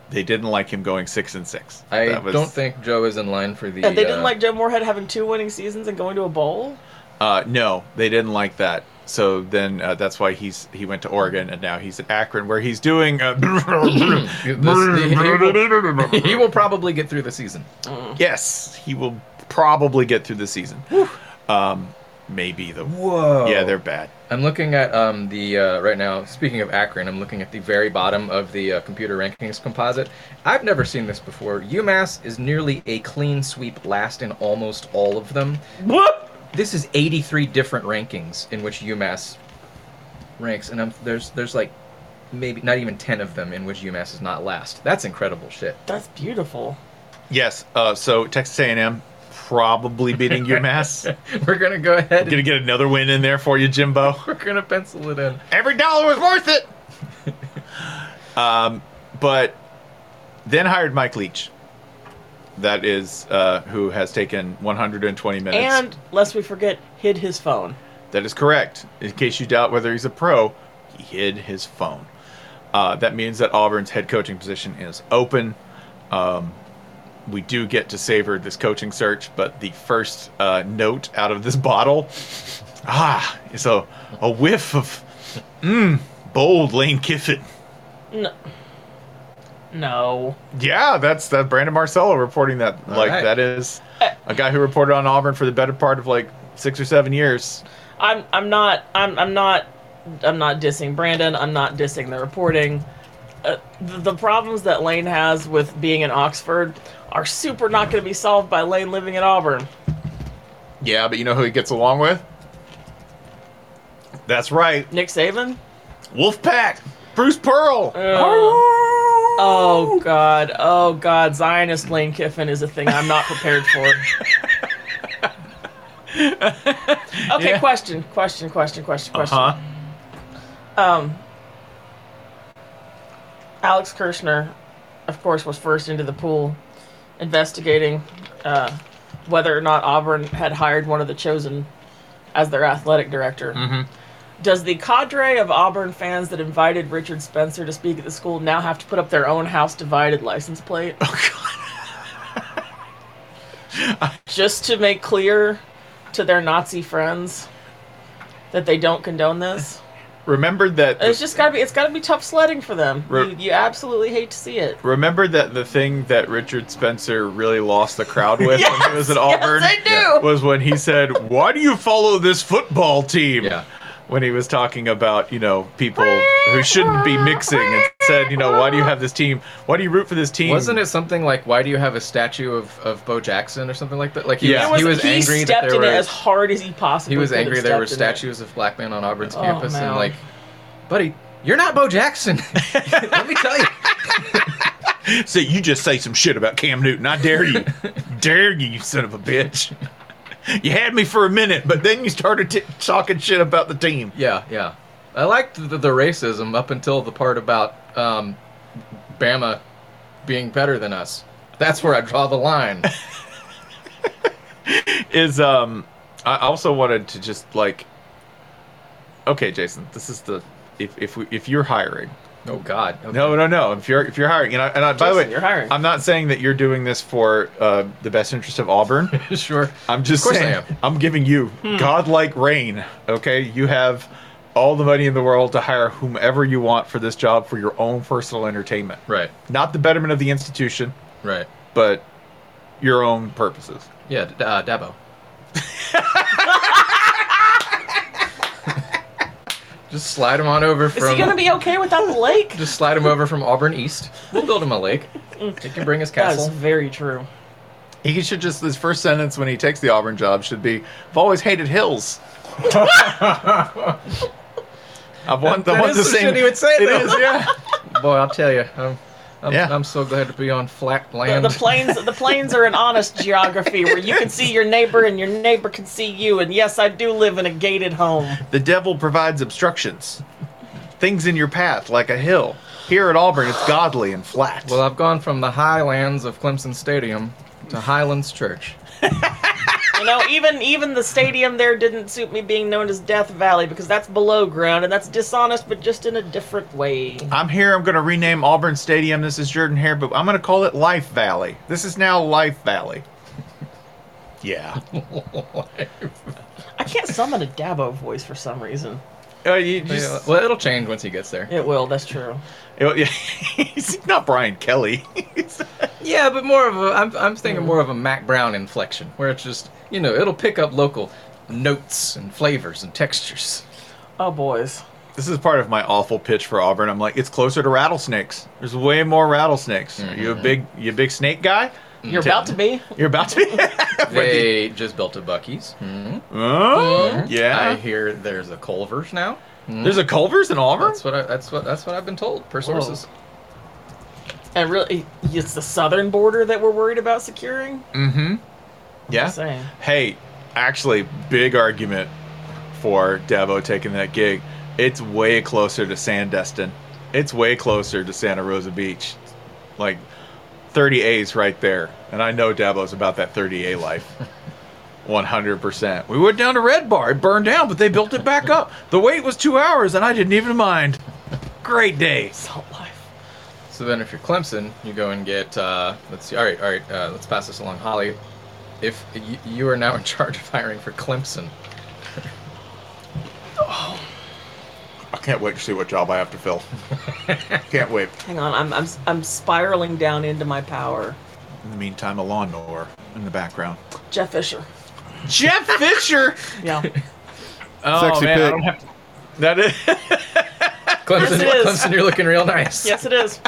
A: They didn't like him going six and six.
B: I
A: That was-
B: don't think Joe is in line for the.
D: And they didn't
B: uh,
D: like Joe Moorhead having two winning seasons and going to a bowl.
A: Uh, no, they didn't like that. So then uh, that's why he's he went to Oregon and now he's at Akron where he's doing. Uh,
B: this- he, will, he will probably get through the season.
A: yes, he will probably get through the season. Um, maybe the
B: Whoa.
A: Yeah, they're bad.
B: I'm looking at um, the uh, right now. Speaking of Akron, I'm looking at the very bottom of the uh, computer rankings composite. I've never seen this before. UMass is nearly a clean sweep, last in almost all of them.
D: What?
B: This is 83 different rankings in which UMass ranks, and I'm, there's there's like maybe not even 10 of them in which UMass is not last. That's incredible shit.
D: That's beautiful.
A: Yes. Uh, so Texas A&M probably beating UMass.
B: We're gonna go ahead.
A: Gonna get another win in there for you, Jimbo.
B: We're gonna pencil it in.
A: Every dollar was worth it. Um, but then hired Mike Leach. That is uh, who has taken 120 minutes.
D: And lest we forget, hid his phone.
A: That is correct. In case you doubt whether he's a pro, he hid his phone. Uh, that means that Auburn's head coaching position is open. Um, we do get to savor this coaching search, but the first uh, note out of this bottle, ah, is a, a whiff of, mmm, bold Lane Kiffin.
D: No. No.
A: Yeah, that's that Brandon Marcello reporting that.
B: All
A: like
B: right.
A: that is a guy who reported on Auburn for the better part of like six or seven years.
D: I'm I'm not I'm I'm not I'm not dissing Brandon. I'm not dissing the reporting. Uh, the, the problems that Lane has with being in Oxford are super not going to be solved by Lane living in Auburn.
A: Yeah, but you know who he gets along with? That's right.
D: Nick Saban?
A: Wolfpack. Bruce Pearl.
D: Oh God! Oh God! Zionist Lane Kiffin is a thing I'm not prepared for. okay,
A: Yeah.
D: question, question, question, question, question.
A: Uh-huh.
D: Um, Alex Kirshner, of course, was first into the pool, investigating uh, whether or not Auburn had hired one of the chosen as their athletic director. Does the cadre of Auburn fans that invited Richard Spencer to speak at the school now have to put up their own house divided license plate? Just to make clear to their Nazi friends that they don't condone this.
A: Remember that.
D: It's just gotta be it's gotta be tough sledding for them.
A: Re-
D: you, you absolutely hate to see it.
A: Remember that the thing that Richard Spencer really lost the crowd with when he was at
D: Yes,
A: Auburn
D: I do.
A: was when he said, "Why do you follow this football team?"
B: Yeah.
A: When he was talking about you know people who shouldn't be mixing and said, you know, why do you have this team? Why do you root for this team?
B: Wasn't it something like, "Why do you have a statue of, of Bo Jackson or something like that?" Like he
A: Yeah.
B: was, he was
D: he
B: angry that
D: stepped
B: there
D: in it
B: were
D: as hard as he possibly
B: he was
D: could have
B: angry there were
D: stepped in it.
B: statues of black men on Auburn's
D: Oh,
B: campus
D: man.
B: and like, buddy, you're not Bo Jackson. Let me tell you,
A: So you just say some shit about Cam Newton. I dare you. dare you, you son of a bitch. You had me for a minute, but then you started t- talking shit about the team.
B: yeah, yeah. I liked the, the racism up until the part about um, Bama being better than us. That's where I draw the line.
A: is um I also wanted to just like okay, Jason, this is the if if we, if you're hiring.
B: Oh God.
A: No, no, no. If you're if you're hiring, and, I, and I, by the
B: Jason,
A: way,
B: you're hiring.
A: I'm not saying that you're doing this for uh, the best interest of Auburn.
B: sure.
A: I'm just
B: Of course I
A: saying
B: am.
A: I'm giving you
B: Hmm.
A: godlike reign. Okay, you have all the money in the world to hire whomever you want for this job for your own personal entertainment.
B: Right.
A: Not the betterment of the institution,
B: Right.
A: but your own purposes.
B: Yeah, D- uh, Dabo. Just slide him on over
D: Is he
B: from.
D: gonna be okay without the lake?
B: Just slide him over from Auburn East. We'll build him a lake. He can bring his
D: That's
B: castle.
D: very true.
A: He should just his first sentence when he takes the Auburn job should be, "I've always hated hills." I've won the
B: That
A: one
B: is
A: the
B: some
A: same.
B: shit he would say,
A: It
B: though.
A: is, yeah.
B: Boy, I'll tell you, I'm, I'm,
A: Yeah.
B: I'm so glad to be on flat
D: The,
B: land.
D: the plains, the plains are an honest geography where you can see your neighbor and your neighbor can see you. And yes, I do live in a gated home.
A: The devil provides obstructions, things in your path like a hill. Here at Auburn, it's godly and flat.
B: Well, I've gone from the highlands of Clemson Stadium to Highlands Church.
D: You know, even even the stadium there didn't suit me being known as Death Valley because that's below ground and that's dishonest, but just in a different way.
A: I'm here. I'm going to rename Auburn Stadium. This is Jordan Hare, but I'm going to call it Life Valley. This is now Life Valley. Yeah.
D: I can't summon a Dabo voice for some reason.
A: Uh, you
B: Yeah,
A: just, oh,
B: well, it'll change once he gets there.
D: It will. That's true.
A: he's not Brian Kelly.
B: Yeah, but more of a, I'm, I'm thinking more of a Mac Brown inflection, where it's just, you know, it'll pick up local notes and flavors and textures.
D: Oh, boys.
A: This is part of my awful pitch for Auburn. I'm like, it's closer to rattlesnakes. There's way more rattlesnakes. Are you a
B: Mm-hmm.
A: big, you a big snake guy?
D: You're about to be.
A: You're about to be.
B: They just built a Uh-huh. Bucky's.
A: oh,
B: I
A: yeah.
B: hear there's a Culver's now.
A: There's a Culver's in Auburn.
B: Hmm. That's what I, that's what that's what I've been told per sources.
D: And really, it's the southern border that we're worried about securing.
A: Mm-hmm. Yeah.
D: Just saying.
A: Hey, actually, big argument for Davo taking that gig. It's way closer to Sandestin. It's way closer to Santa Rosa Beach. Like 30 A's right there. And I know Davo's about that 30 A life. 100%. We went down to Red Bar. It burned down, but they built it back up. The wait was two hours, and I didn't even mind. Great day.
D: Salt life.
B: So then, if you're Clemson, you go and get. Uh, let's see. All right, all right. Uh, let's pass this along, Holly. If you, you are now in charge of hiring for Clemson,
A: I can't wait to see what job I have to fill. can't wait.
D: Hang on, I'm, I'm I'm spiraling down into my power.
A: In the meantime, a lawnmower in the background.
D: Jeff Fisher.
A: Jeff Fisher.
D: Yeah.
A: Oh
E: Sexy
A: man, I
E: pig.
A: don't have to. That is.
B: Clemson,
D: Yes, it is.
B: Clemson, you're looking real nice.
D: yes, it is.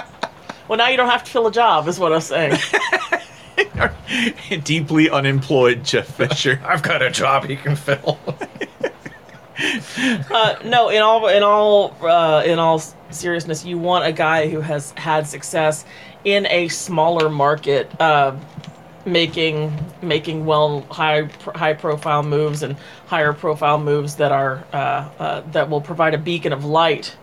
D: Well, now you don't have to fill a job, is what I'm saying.
A: Deeply unemployed Jeff Fisher.
B: I've got a job he can fill.
D: Uh, no, in all in all uh, in all seriousness, you want a guy who has had success in a smaller market, uh, making making well high high profile moves and higher profile moves that are uh, uh, that will provide a beacon of light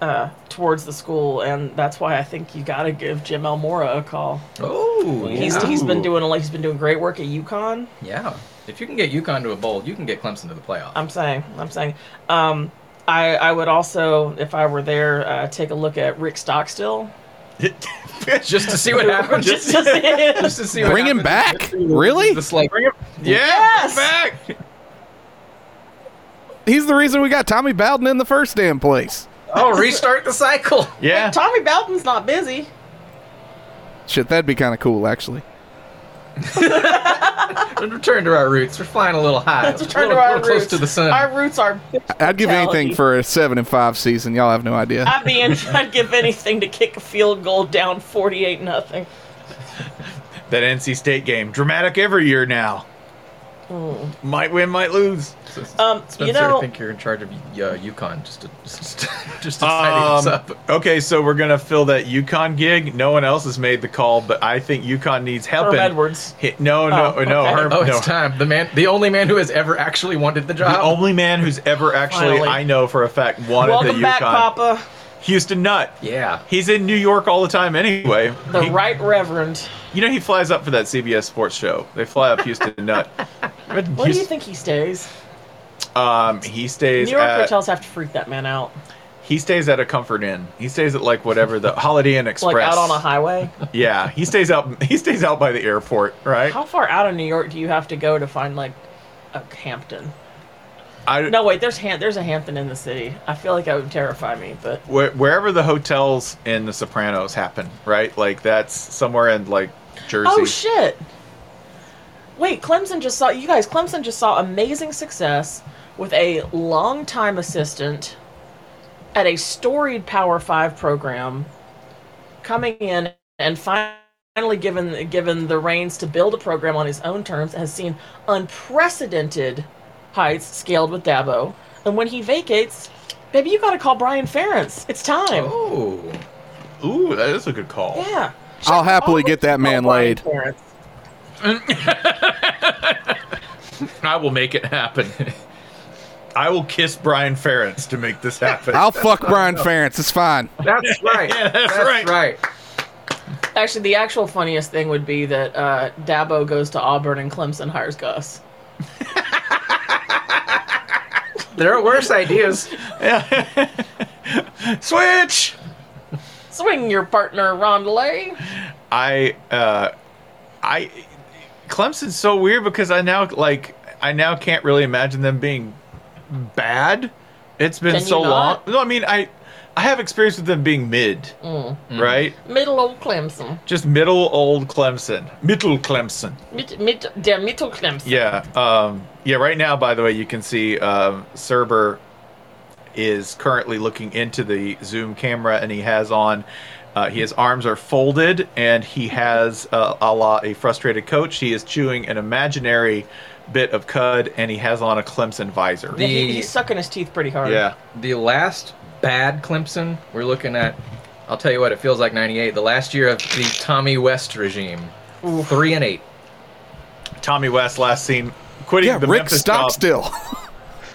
D: uh, towards the school, and that's why I think you got to give Jim Elmora a call.
B: oh, yeah.
D: He's he's been doing like he's been doing great work at UConn.
B: Yeah. If you can get UConn to a bowl, you can get Clemson to the playoff.
D: I'm saying, I'm saying. Um, I, I would also, if I were there, uh, take a look at Rick Stockstill.
B: just to see what happens.
D: Just,
B: Just,
D: just,
B: to see. what
E: Bring him
B: happens.
E: back? Really?
B: Just like
A: yeah.
D: Yes!
A: Back.
E: He's the reason we got Tommy Bowden in the first damn place.
B: oh, restart the cycle.
A: Yeah.
D: Tommy Bowden's not busy.
E: Shit, that'd be kind of cool, actually.
B: And return to our roots. We're flying a little high.
D: Let's return
B: a
D: to
B: little-
D: our
B: little
D: roots.
B: close to the sun.
D: Our roots are.
E: I'd give
D: Mentality.
E: anything for a seven and five season. Y'all have no idea.
D: I'd be in. I'd give anything to kick a field goal down forty-eight nothing.
A: That NC State game, dramatic every year now. Might win, might lose.
D: Um,
B: Spencer,
D: you know,
B: I think you're in charge of uh, UConn. Just to just, to- just to tidy this
A: Um,
B: up.
A: okay, so we're gonna fill that UConn gig. No one else has made the call, but I think UConn needs help.
D: Herm Edwards.
A: Hit, no, no,
D: Oh,
A: no.
D: okay.
A: Herm,
B: Oh,
A: no.
B: it's time. The man, the only man who has ever actually wanted the
A: The
B: job.
A: only man who's ever actually
D: Finally.
A: I know for a fact wanted
D: welcome
A: the UConn.
D: back, Papa.
A: Houston Nut.
B: Yeah.
A: He's in New York all the time anyway.
D: The
A: He-
D: Right Reverend.
A: You know he flies up for that CBS Sports show. They fly up Houston Nut. But
D: Where do you
A: Houston-
D: think he stays?
A: um, he stays
D: New York
A: at
D: hotels have to freak that man out.
A: he stays at a Comfort Inn. He stays at like whatever the Holiday Inn Express.
D: Like out on a highway.
A: Yeah, he stays out. He stays out by the airport, right?
D: How far out of New York do you have to go to find like a Hampton?
A: I
D: No, wait. There's Han- There's a Hampton in the city. I feel like that would terrify me, but
A: where, wherever the hotels in The Sopranos happen, right? Like that's somewhere in like Jersey.
D: Oh shit! Wait, Clemson just saw you guys. Clemson just saw amazing success with a longtime assistant at a storied Power Five program coming in and finally given given the reins to build a program on his own terms. Has seen unprecedented heights scaled with Dabo, and when he vacates, baby, you got to call Brian Ferentz. It's time.
A: Oh, ooh, that is a good call.
D: Yeah.
E: I'll happily get that man
A: Oh,
E: laid.
A: I will make it happen. I will kiss Brian Ferentz to make this happen.
E: I'll fuck Brian Ferentz. It's fine.
B: That's right.
A: Yeah, that's right.
D: Actually, the actual funniest thing would be that uh, Dabo goes to Auburn and Clemson hires Gus.
B: There are worse ideas.
A: Switch.
D: Swing your partner, Rondelay.
A: I uh I Clemson's so weird because I now like I now can't really imagine them being bad. It's been
D: Can you
A: so long.
D: not?
A: No, I mean I I have experience with them being mid,
D: Mm.
A: right?
D: Middle old Clemson.
A: Just middle old Clemson. Middle Clemson.
D: Mid, mid, der Mittel Clemson.
A: Yeah. Um yeah, right now by the way you can see um Cerber is currently looking into the Zoom camera and he has on uh, his arms are folded and he has uh, a la a frustrated coach. He is chewing an imaginary bit of cud and he has on a Clemson visor.
D: Yeah, he- he's sucking his teeth pretty hard.
A: Yeah.
B: The last bad Clemson, we're looking at, I'll tell you what, it feels like 98, the last year of the Tommy West regime. Three and eight.
A: Tommy West last seen quitting
E: Yeah,
A: the
E: Rick
A: Memphis job.
E: Stockstill.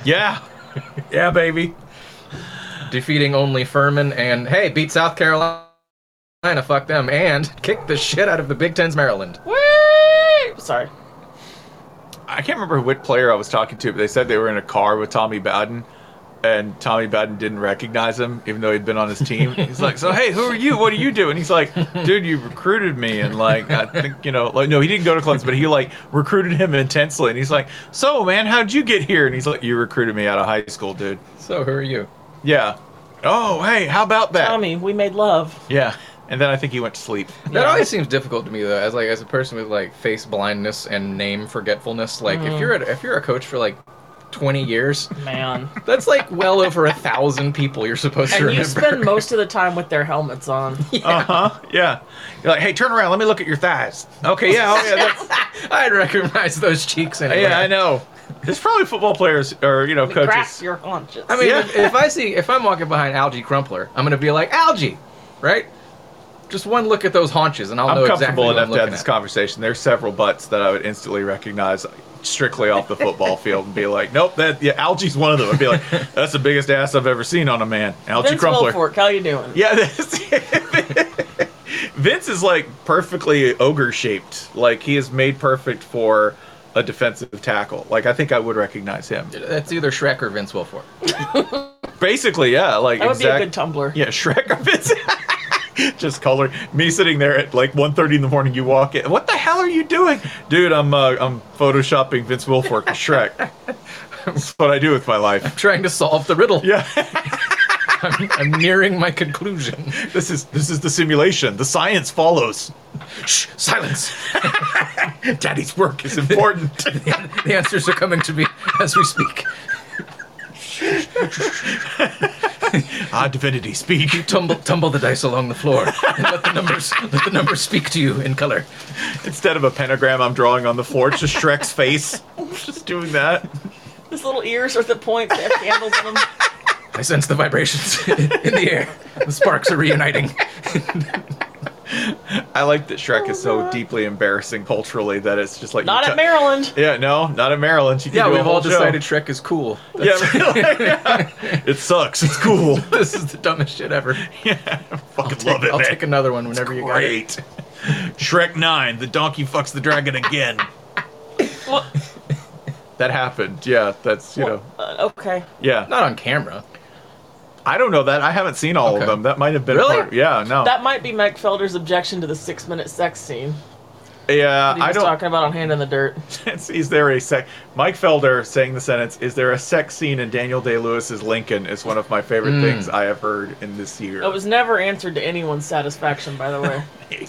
A: Yeah. yeah, baby.
B: Defeating only Furman and, hey, beat South Carolina, fuck them, and kicked the shit out of the Big Ten's Maryland.
D: Whee! Sorry.
A: I can't remember which player I was talking to, but they said they were in a car with Tommy Bowden, and Tommy Bowden didn't recognize him, even though he'd been on his team. He's like, "So hey, who are you? What do you do?" And he's like, "Dude, you recruited me, and like, I think you know, like, no, he didn't go to Clemson, but he like recruited him intensely." And he's like, "So man, how'd you get here?" And he's like, "You recruited me out of high school, dude."
B: So who are you?
A: Yeah. Oh hey, how about that?
D: Tommy, we made love.
A: Yeah. And then I think he went to sleep.
B: That always seems difficult to me though, as like as a person with like face blindness and name forgetfulness. Like
D: Mm-hmm.
B: if you're a, if you're a coach for like twenty years,
D: Man.
B: that's like well over a thousand people you're supposed to
D: and you
B: remember.
D: spend most of the time with their helmets on.
A: Uh huh. Yeah. You're like, hey, turn around. Let me look at your thighs. Okay. Yeah. Oh yeah. That's,
B: I'd recognize those cheeks anyway.
A: Yeah, I know. There's probably football players or you know
D: We crack
A: coaches.
D: your haunches.
B: I mean,
A: Yeah.
B: if, if I see if I'm walking behind Algie Crumpler, I'm gonna be like Algie, right? Just one look at those haunches, and I'll know
A: I'm
B: exactly
A: comfortable
B: what I'm
A: enough to have
B: looking
A: this
B: at.
A: conversation. There's several butts that I would instantly recognize strictly off the football field and be like, nope, that yeah, Algie's one of them. I'd be like, that's the biggest ass I've ever seen on a man, Algie
D: Vince
A: Crumpler.
D: Wilfork, how you doing?
A: Yeah, that's, Vince is like perfectly ogre shaped. Like he is made perfect for a defensive tackle. Like I think I would recognize him.
B: That's either Shrek or Vince Wilfork.
A: Basically, yeah, like
D: That would
A: exact-
D: be a good tumbler.
A: Yeah, Shrek or Vince. Just color me sitting there at like 1.30 in the morning. You walk in. What the hell are you doing, dude? I'm uh, I'm photoshopping Vince Wilfork as Shrek. That's what I do with my life.
B: Trying to solve the riddle.
A: Yeah,
B: I'm, I'm nearing my conclusion.
A: this is this is the simulation. The science follows. Shh, silence. Daddy's work is important.
B: The answers are coming to me as we speak.
A: ah, divinity, speak.
B: Tumble, tumble the dice along the floor, and let the numbers, let the numbers speak to you in color.
A: Instead of a pentagram, I'm drawing on the floor. It's just Shrek's face. Just doing that.
D: His little ears are the points that have candles in them.
B: I sense the vibrations in the air. The sparks are reuniting.
A: I like that Shrek is so deeply embarrassing culturally that it's just like you
D: Oh Not
A: tou-
D: at Maryland.
A: Yeah, no, not at Maryland. You can
B: Yeah,
A: do a
B: we've
A: whole
B: all
A: show.
B: decided Shrek is cool.
A: Yeah, it sucks. It's cool.
B: this is the dumbest shit ever. Yeah,
A: fucking love it,
B: I'll
A: man.
B: take another one whenever you got it.
A: Great. Shrek Nine: The Donkey Fucks the Dragon Again.
D: Well,
A: that happened. Yeah, that's you know.
D: uh, okay.
A: Yeah,
B: Not on camera.
A: I don't know that. I haven't seen all
B: Okay.
A: of them. That might have been
B: Really?
A: A part, yeah, no.
D: That might be Mike Felder's objection to the six-minute sex scene.
A: yeah,
D: That he
A: I
D: was
A: don't.
D: talking about on Hand in the Dirt.
A: is there a sec? Mike Felder saying the sentence, "Is there a sex scene in Daniel Day Lewis's Lincoln?" is one of my favorite
B: Mm.
A: things I have heard in this year.
D: It was never answered to anyone's satisfaction, by the way.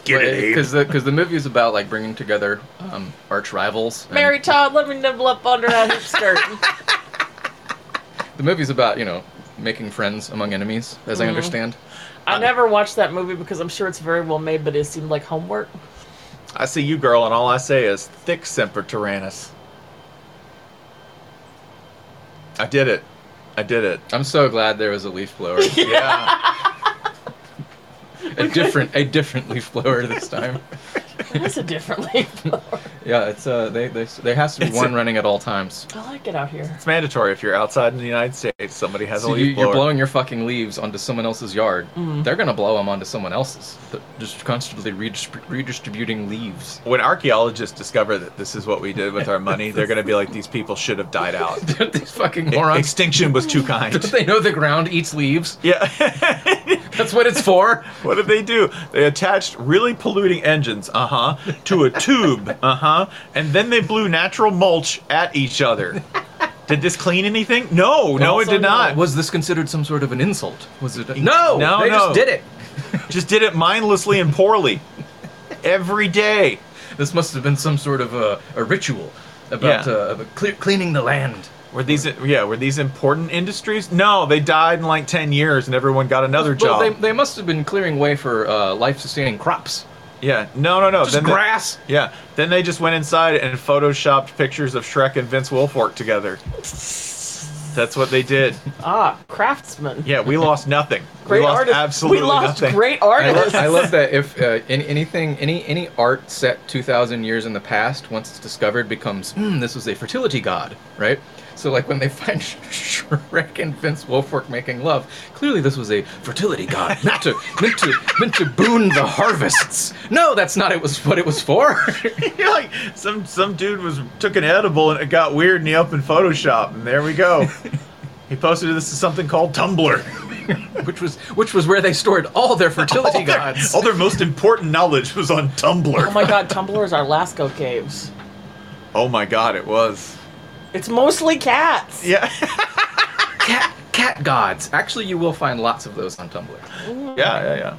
A: Get it, Abe.
B: Because the because the movie is about like bringing together um, arch rivals. and
D: Mary Todd, let me nibble up under that hoop skirt.
B: The movie's about you know making friends among enemies, as I
A: Mm-hmm.
D: Mhm.
B: understand.
D: I never watched that movie because I'm sure it's very well made, but it seemed like homework.
A: I see you, girl, and all I say is thick semper tyrannis. I did it. I did it.
B: I'm so glad there was a leaf blower.
A: Yeah.
B: a different a different leaf blower this time.
D: It is a different leaf.
B: Yeah, it's uh they, they there has to be
A: It's
B: one
A: a-
B: running at all times.
D: I like it out here.
A: It's mandatory if you're outside in the United States. Somebody has
B: So
A: a leaf
B: you,
A: blower.
B: are blowing your fucking leaves onto someone else's yard.
A: Mm-hmm.
D: Mhm.
B: They're gonna blow them onto someone else's. They're just constantly redistrib- redistributing leaves.
A: when archaeologists discover that this is what we did with our money, they're going to be like, "These people should have died out.
B: These fucking
A: E-
B: morons.
A: Extinction was too kind."
B: Don't they know the ground eats leaves?
A: Yeah.
B: That's what it's for.
A: What did they do? They attached really polluting engines, uh huh, to a tube, uh huh, and then they blew natural mulch at each other. Did this clean anything? No, no, it
B: Also,
A: did not.
B: Was this considered some sort of an insult? Was it? no,
A: No,
B: They
A: no.
B: just did it.
A: Just did it mindlessly and poorly every day.
B: This must have been some sort of a, a ritual about
A: Yeah.
B: uh, about cle- cleaning the land.
A: Were these yeah? Were these important industries? No, they died in like ten years, and everyone got another
B: Well,
A: job.
B: they, they must have been clearing way for uh, life-sustaining crops.
A: Yeah, no, no, no.
B: Just
A: they-
B: grass.
A: yeah, then they just went inside and photoshopped pictures of Shrek and Vince Wilfork together. That's what they did.
D: Ah, craftsman.
A: Yeah, we lost nothing.
D: Great
A: we lost
D: artist.
A: absolutely
D: We lost
A: nothing.
D: great
B: I love,
D: artists.
B: I love that if uh, any, anything, any any art set 2,000 years in the past, once it's discovered, becomes, hmm, this was a fertility god, right? So, like, when they find Sh- Shrek and Vince Wilfork making love, clearly this was a fertility god meant to, meant to, meant to boon the harvests. No, that's not it was what it was for.
A: You're like some some dude was took an edible and it got weird and he opened Photoshop and there we go. he posted this to something called Tumblr.
B: which was which was where they stored all their fertility
A: All their,
B: gods.
A: all their most important knowledge was on Tumblr.
D: Oh my god, Tumblr is our Lascaux caves.
A: oh my god, it was.
D: It's mostly cats.
A: Yeah.
B: cat cat gods. Actually, you will find lots of those on Tumblr.
A: yeah, yeah, yeah.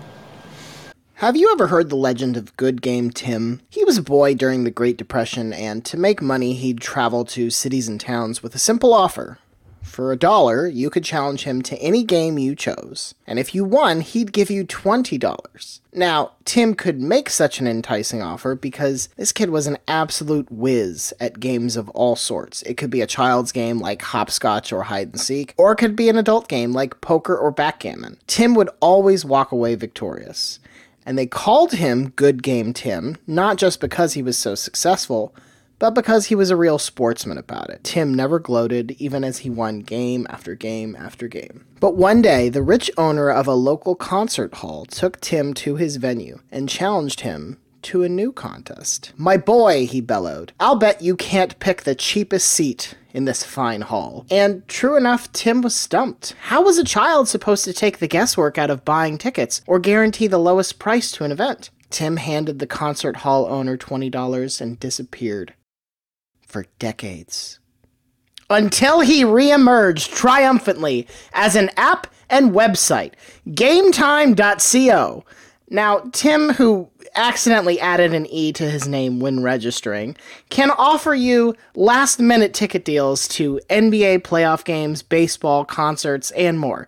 F: Have you ever heard the legend of Good Game Tim? He was a boy during the Great Depression, and to make money, he'd travel to cities and towns with a simple offer. For a dollar, you could challenge him to any game you chose, and if you won, he'd give you $20. Now, Tim could make such an enticing offer because this kid was an absolute whiz at games of all sorts. It could be a child's game like hopscotch or hide and seek, or it could be an adult game like poker or backgammon. Tim would always walk away victorious. And they called him Good Game Tim, not just because he was so successful, but because he was a real sportsman about it. Tim never gloated, even as he won game after game after game. But one day, the rich owner of a local concert hall took Tim to his venue and challenged him to a new contest. My boy, he bellowed, I'll bet you can't pick the cheapest seat in this fine hall. And true enough, Tim was stumped. How was a child supposed to take the guesswork out of buying tickets or guarantee the lowest price to an event? Tim handed the concert hall owner $20 and disappeared for decades. Until he reemerged triumphantly as an app and website, gametime.co. Now, Tim, who accidentally added an E to his name when registering, can offer you last minute ticket deals to NBA playoff games, baseball, concerts, and more.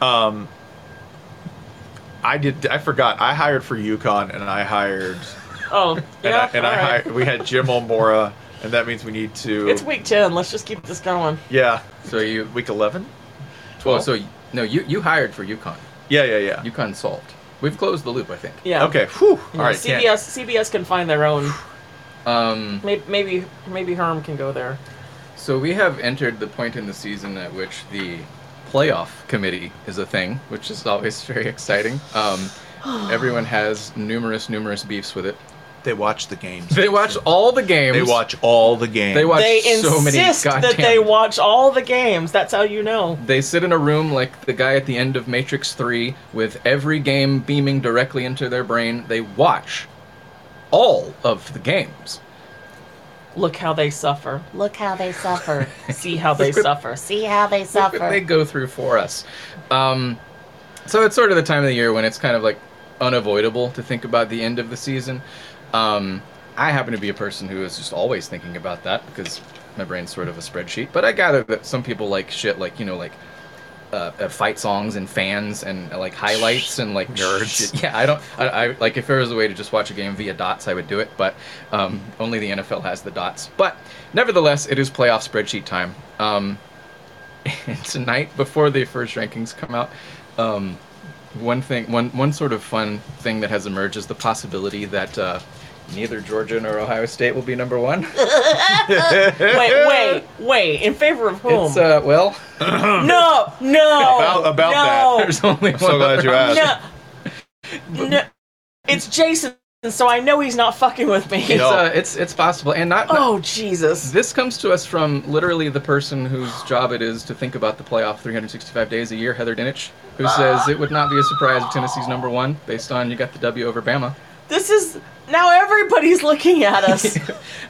A: Um, I did. I forgot. I hired for UConn, and I hired.
D: Oh,
A: And
D: yeah.
A: I, and I
D: all right.
A: hired, we had Jim Olmora, and that means we need to.
D: It's week 10. Let's just keep this going.
A: yeah.
B: So you
A: week eleven.
B: well, so no, you you hired for UConn.
A: Yeah, yeah, yeah.
B: UConn solved. We've closed the loop, I think.
D: Yeah.
A: Okay. Whew.
B: All right.
D: CBS CBS can find their own.
B: Um.
D: Maybe maybe, maybe Herm can go there.
B: So we have entered the point in the season at which the playoff committee is a thing, which is always very exciting. Um, everyone has numerous, numerous beefs with it.
A: They watch the games.
B: They watch all the games.
A: They watch all the games.
B: They watch
D: They
B: so many
D: insist
B: goddamn.
D: that they watch all the games. That's how you know.
B: They sit in a room like the guy at the end of Matrix 3 with every game beaming directly into their brain. They watch all of the games.
D: Look how they suffer.
C: Look how they suffer.
D: See how they suffer.
C: See how they
B: Look what
C: suffer.
B: they go through for us. Um, so it's sort of the time of the year when it's kind of like unavoidable to think about the end of the season. Um, I happen to be a person who is just always thinking about that because my brain's sort of a spreadsheet. But I gather that some people like shit, like you know, like uh, uh, fight songs and fans and uh, like highlights and like nerds. Yeah, I don't. I, I like if there was a way to just watch a game via dots, I would do it. But um, only the NFL has the dots. But nevertheless, it is playoff spreadsheet time. Um, and tonight before the first rankings come out um, one thing one one sort of fun thing that has emerged is the possibility that uh, neither georgia nor ohio state will be number one
D: wait, wait, wait. In favor of whom?
B: it's uh, well
D: no, no.
A: About- about
D: no,
B: there's only
A: I'm
B: one
A: so glad you
B: other-
A: asked.
D: No, no. It's Jason, so I know he's not fucking with me.
B: it's, uh, it's it's possible and not
D: oh jesus
B: this comes to us from literally the person whose job it is to think about the playoff 365 days a year heather dinich who says it would not be a surprise if tennessee's number one based on you got the w over bama
D: This is now everybody's looking at us.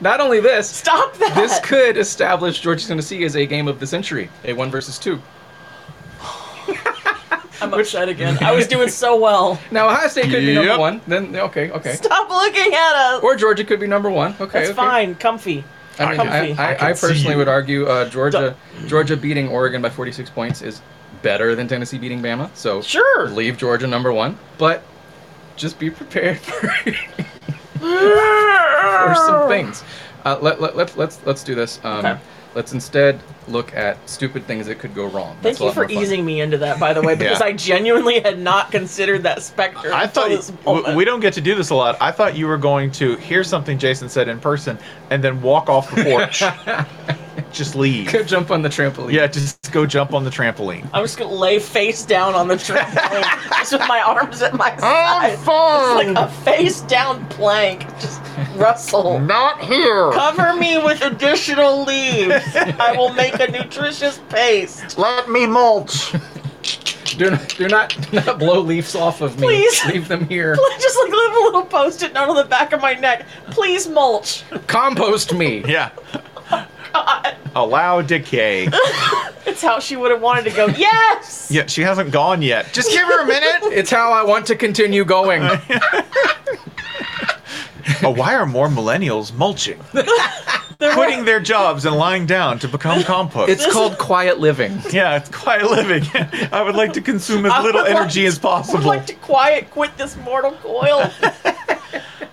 B: Not only this.
D: Stop that.
B: This could establish Georgia Tennessee as a game of the century, a one versus two.
D: I'm upset again. I was doing so well.
B: Now Ohio State could
D: Yep.
B: be number one. Then okay, okay.
D: Stop looking at us.
B: Or Georgia could be number one. Okay,
D: That's
B: okay.
D: fine. Comfy.
B: I mean, I,
D: comfy.
B: I, I, personally would argue uh, Georgia Georgia beating Oregon by 46 points is better than Tennessee beating Bama. So
D: sure,
B: leave Georgia number one, but just be prepared for, for some things. Uh, let, let, let, let's let's do this. Um,
D: Okay.
B: Let's instead look at stupid things that could go wrong.
D: Thank
B: That's a
D: you
B: lot
D: for
B: more fun.
D: easing me into that, by the way, because
B: Yeah.
D: I genuinely had not considered that specter.
A: I
D: until
A: thought
D: this
A: w-
D: moment.
A: we don't get to do this a lot. I thought you were going to hear something Jason said in person and then walk off the porch, just leave.
B: Go jump on the trampoline.
A: Yeah, just go jump on the trampoline.
D: I'm just gonna lay face down on the trampoline, just with my arms at my side. It's like a face down plank. Just Russell.
A: Not here.
D: Cover me with additional leaves. I will make a nutritious paste.
A: Let me mulch.
B: Do not, do not, do not blow leaves off of me.
D: Please.
B: Leave them here.
D: Just like leave a little post-it note on the back of my neck. Please mulch.
B: Compost me.
A: Yeah. Allow decay.
D: It's how she would have wanted to go. Yes.
A: Yeah, she hasn't gone yet. Just give her a minute.
B: It's how I want to continue going.
A: oh, why are more millennials mulching? Quitting their jobs and lying down to become compost.
B: It's called quiet living.
A: Yeah, it's quiet living. I would like to consume as
D: I
A: little
D: would like-
A: energy as
D: would
A: possible.
D: like to quiet quit this mortal coil.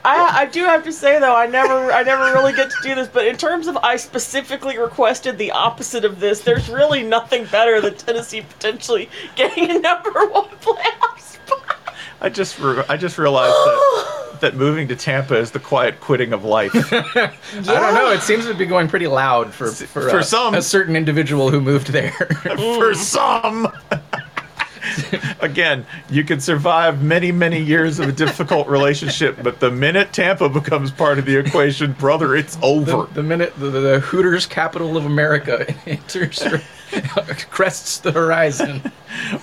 D: I, I do have to say though, I never I never really get to do this, but in terms of I specifically requested the opposite of this, there's really nothing better than Tennessee potentially getting a number one playoff spot.
A: I just re- I just realized that that moving to Tampa is the quiet quitting of life.
B: I don't know. It seems to be going pretty loud for for,
A: For
B: uh,
A: some.
B: a certain individual who moved there.
A: For some, Again, you can survive many, many years of a difficult relationship, but the minute Tampa becomes part of the equation, brother, it's over.
B: The, the minute the, the Hooters capital of America enters, crests the horizon.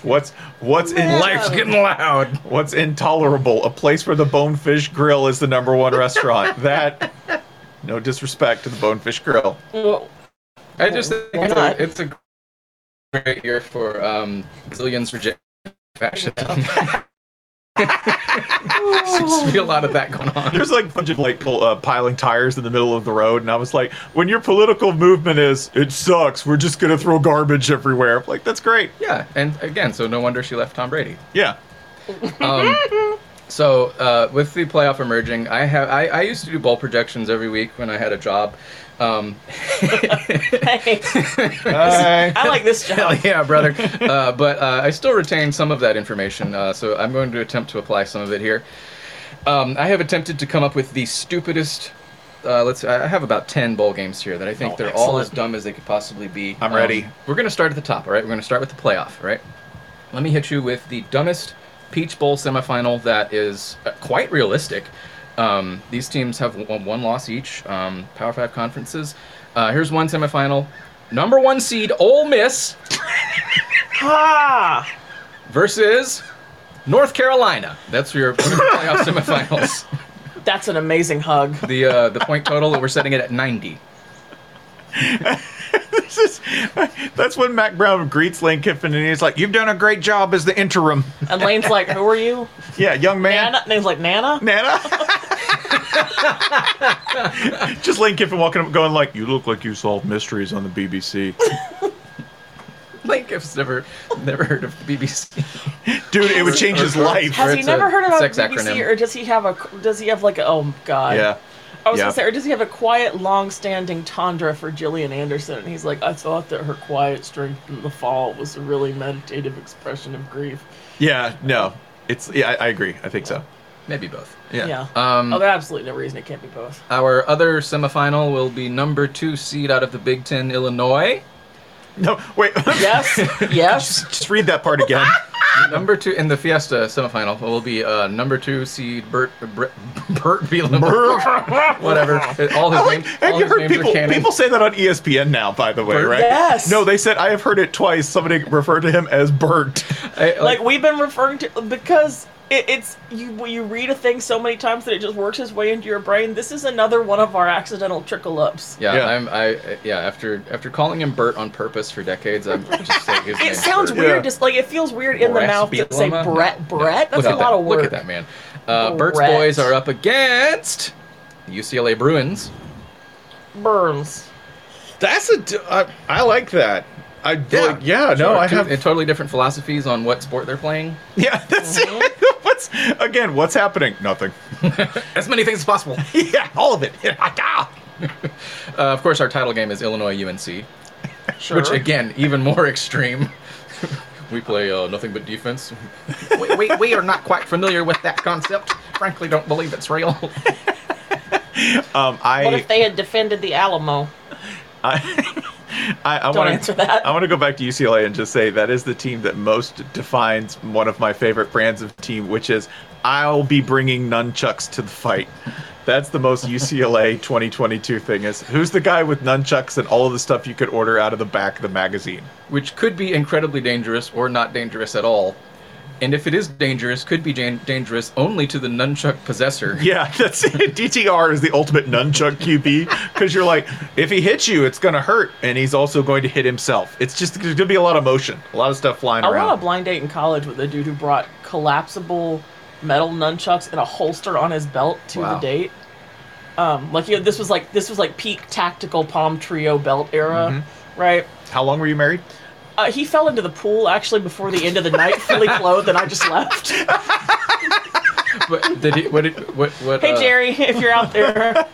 A: What's what's in
B: Man. Life's getting
A: loud? What's intolerable? A place where the Bonefish Grill is the number one restaurant. That, no disrespect to the Bonefish Grill.
D: Well,
B: I just think
D: Why
B: it's
D: not?
B: a, it's a great year for um, Brazilians reject fascism. Seems to be a lot of that going on.
A: There's like a bunch of like pol- uh, piling tires in the middle of the road, and I was like, when your political movement is, it sucks. We're just gonna throw garbage everywhere. I'm like that's great.
B: Yeah, and again, so no wonder she left Tom Brady.
A: Yeah.
B: Um, so uh, with the playoff emerging, I have I, I used to do bowl projections every week when I had a job. Um,
D: I like this job.
B: Hell yeah, brother. uh, but uh, I still retain some of that information, uh, so I'm going to attempt to apply some of it here. Um, I have attempted to come up with the stupidest. Uh, let's. I have about ten bowl games here that I think
A: Oh,
B: they're all
A: excellent.
B: as dumb as they could possibly be. Um,
A: I'm ready.
B: We're going to start at the top. All right. We're going to start with the playoff. All right. Let me hit you with the dumbest Peach Bowl semifinal that is uh, quite realistic. Um, these teams have one, one loss each. Um, Power Five conferences. Uh, here's one semifinal. Number one seed Ole Miss
D: Ah,
B: versus North Carolina. That's your playoff semifinals.
D: that's an amazing hug.
B: The uh, the point total we're setting it at 90.
A: This is, that's when Mac Brown greets Lane Kiffin, and he's like, "You've done a great job as the interim."
D: And Lane's like, "Who are you?"
A: Yeah, young man.
D: Nana. Name's like Nana.
A: Nana. Just Lane Kiffin walking up, going like, "You look like you solved mysteries on the BBC."
B: Lane Kiffin's never never heard of the BBC.
A: Dude, it would change his life.
D: Has he
B: It's
D: never
B: a
D: heard about
B: sex
D: BBC,
B: acronym.
D: or does he have a? Does he have like? A, oh God.
A: Yeah.
D: I was
A: Yeah.
D: gonna say, or does he have a quiet, long-standing tundra for Gillian Anderson? And he's like, I thought that her quiet strength in the fall was a really meditative expression of grief.
A: Yeah, no. It's yeah, I, I agree. I think so.
B: Maybe both.
A: Yeah.
B: Um,
D: oh, there's absolutely no reason it can't be both.
B: Our other semifinal will be number two seed out of the Big Ten, Illinois.
A: No, wait.
D: Yes. yes.
A: Just read that part again.
B: number two in the Fiesta semifinal will be uh, number two seed Bert Bert, Bert Bielema. Whatever. All his
A: I like-
B: names.
A: have
B: all
A: you
B: his
A: heard
B: names are
A: people?
B: canon.
A: People say that on E ESPN now. By the way,
B: Bert?
A: right?
D: Yes.
A: No, they said I have heard it twice. Somebody referred to him as Bert.
B: I-
D: Like we've been referring to because it, it's you. You read a thing so many times that it just works its way into your brain. This is another one of our accidental trickle ups.
B: Yeah,
A: Yeah.
B: I'm. I I- yeah. After after calling him Bert on purpose for decades, I'm just saying his
D: It
B: name's
D: sounds
B: Bert.
D: weird,
A: Yeah.
D: just like it feels weird in the
B: Brett
D: mouth to say
B: Bielema? No,
D: Brett.
B: no.
D: Brett, that's
B: Look
D: a
B: at
D: lot
B: that.
D: of work.
B: Look at that man. Uh, Bert's
D: Brett.
B: boys are up against UCLA Bruins.
D: Burns.
A: That's a. d- I, I like that. I like. Yeah.
B: Sure,
A: No, I
B: two-
A: have.
B: and totally different philosophies on what sport they're playing.
A: Yeah. That's
B: Uh-huh.
A: it. What's again? What's happening? Nothing.
B: As many things as possible.
A: Yeah. All of it. Ah. Yeah.
B: Uh, of course, our title game is Illinois UNC,
A: Sure.
B: which again, even more extreme. we play uh, nothing but defense. we, we, we are not quite familiar with that concept. Frankly, don't believe it's real.
A: Um. I.
D: What if they had defended the Alamo?
A: I, I, I
D: Don't
A: want
D: answer that.
A: I want to go back to UCLA and just say that is the team that most defines one of my favorite brands of team, which is I'll be bringing nunchucks to the fight. That's the most UCLA 2022 thing is who's the guy with nunchucks and all of the stuff you could order out of the back of the magazine.
B: which could be incredibly dangerous or not dangerous at all. And if it is dangerous, could be dan- dangerous only to the nunchuck possessor.
A: Yeah, that's it. DTR is the ultimate nunchuck QB because you're like, if he hits you, it's gonna hurt, and he's also going to hit himself. It's just there's gonna be a lot of motion, a lot of stuff flying
D: I went
A: around.
D: on a blind date in college with a dude who brought collapsible metal nunchucks and a holster on his belt to
B: Wow.
D: the date. Um, like you know, this was like this was like peak tactical palm trio belt era,
B: Mm-hmm.
D: right?
A: How long were you married?
D: Uh, he fell into the pool actually before the end of the night, fully clothed, and I just left.
B: Uh. But did he, what, did, what, what,
D: Hey
B: uh,
D: Jerry, if you're out there,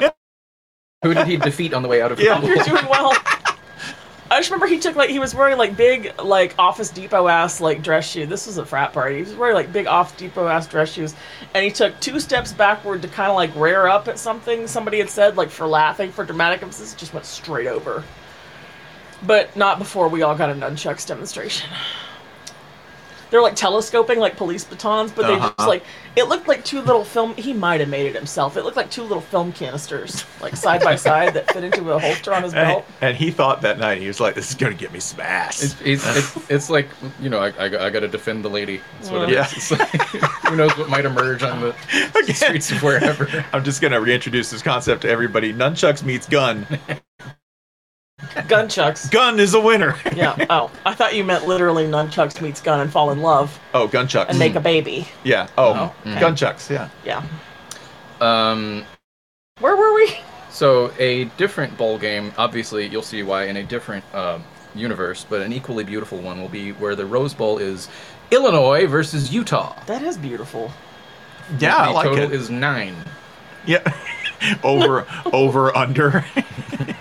B: Who did he defeat on the way out of the
A: Yeah.
B: pool?
D: you're doing well. I just remember he took like he was wearing like big like Office Depot ass like dress shoes. This was a frat party. He was wearing like big Office Depot ass dress shoes, and he took two steps backward to kind of like rear up at something somebody had said like for laughing for dramatic emphasis. Just went straight over, but not before we all got a nunchucks demonstration. They're like telescoping like police batons, but they
A: Uh-huh.
D: just like it looked like two little film. He might have made it himself. It looked like two little film canisters, like side by side, that fit into a holster on his
A: And,
D: belt.
A: and he thought that night he was like, "This is gonna get me smashed."
B: It's it's, it's, it's like you know I, I, got- I got to defend the lady. That's what it is.
A: Yeah.
B: It's like, who knows what might emerge on the streets of wherever.
A: I'm just gonna reintroduce this concept to everybody. Nunchucks meets gun.
D: Gunchucks.
A: Gun is a winner.
D: yeah. Oh, I thought you meant literally nunchucks meets gun and fall in love
A: Oh, gunchucks.
D: and make a baby.
A: Yeah. Oh,
B: Oh, okay.
A: gunchucks. Yeah.
D: Yeah.
B: Um,
D: Where were we?
B: So a different bowl game, obviously you'll see why in a different um universe, but an equally beautiful one will be where the Rose Bowl is Illinois versus Utah.
D: That is beautiful.
A: Yeah, I
B: the
A: like
B: total
A: it.
B: is nine.
A: Yeah. over, over, under.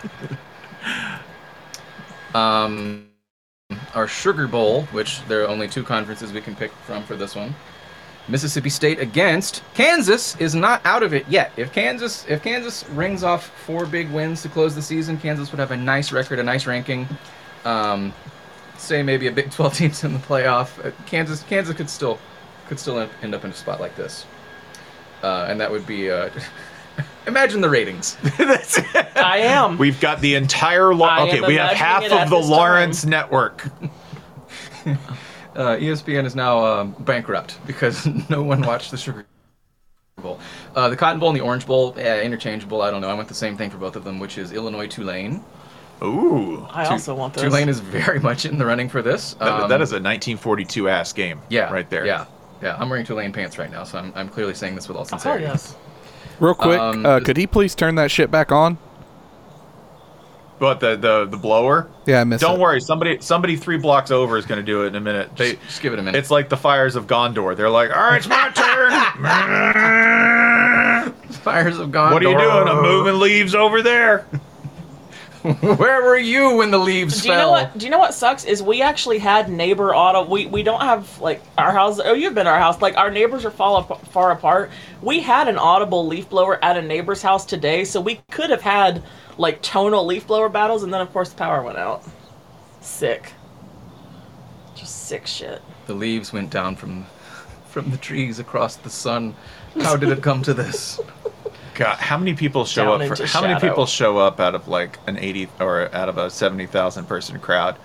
B: Um, our Sugar Bowl, which there are only two conferences we can pick from for this one. Mississippi State against Kansas is not out of it yet. If Kansas if Kansas rings off four big wins to close the season, Kansas would have a nice record, a nice ranking. Um, say maybe a Big 12 teams in the playoff. Uh, Kansas Kansas could still could still en- end up in a spot like this, uh, and that would be. Uh, imagine the ratings.
D: I am.
A: We've got the entire.
D: I
A: Lo-
D: am
A: okay, we have
D: imagining
A: half
D: it at
A: of the
D: this time.
A: Lawrence network.
B: uh, ESPN is now um, bankrupt because no one watched the Sugar Bowl. Uh, the Cotton Bowl and the Orange Bowl, eh, interchangeable. I don't know. I want the same thing for both of them, which is Illinois Tulane.
A: Ooh.
D: I
B: Tu-
D: also want those.
B: Tulane is very much in the running for this.
A: That-
B: Um,
A: that is a 1942 ass game.
B: yeah,
A: Right there.
B: Yeah, yeah. I'm wearing Tulane pants right now, so I'm, I'm clearly saying this with all
D: Oh
B: sincerity.
D: yes.
E: Real quick,
B: Um,
E: uh, could he please turn that shit back on?
A: But the the the blower.
E: Yeah, I missed
A: Don't
E: it.
A: worry, somebody somebody three blocks over is going to do it in a minute. They
B: Just give it a minute.
A: it's like the fires of Gondor. They're like, all right, it's my turn.
B: Fires of God.
A: what are you doing? I'm moving leaves over there.
B: Where were you when the leaves
D: Do you
B: fell?
D: know what? Do you know what sucks is we actually had neighbor auto. We we don't have like our house. Oh, you've been to our house. Like our neighbors are fall ap- far apart. We had an audible leaf blower at a neighbor's house today, so we could have had like tonal leaf blower battles, and then of course the power went out. Sick. Just sick shit.
B: The leaves went down from from the trees across the sun. How did it come to this?
A: God, how many people show
D: Down
A: up? For,
D: into
A: how many
D: shadow.
A: people show up out of like an 80 or out of a 70,000 person crowd?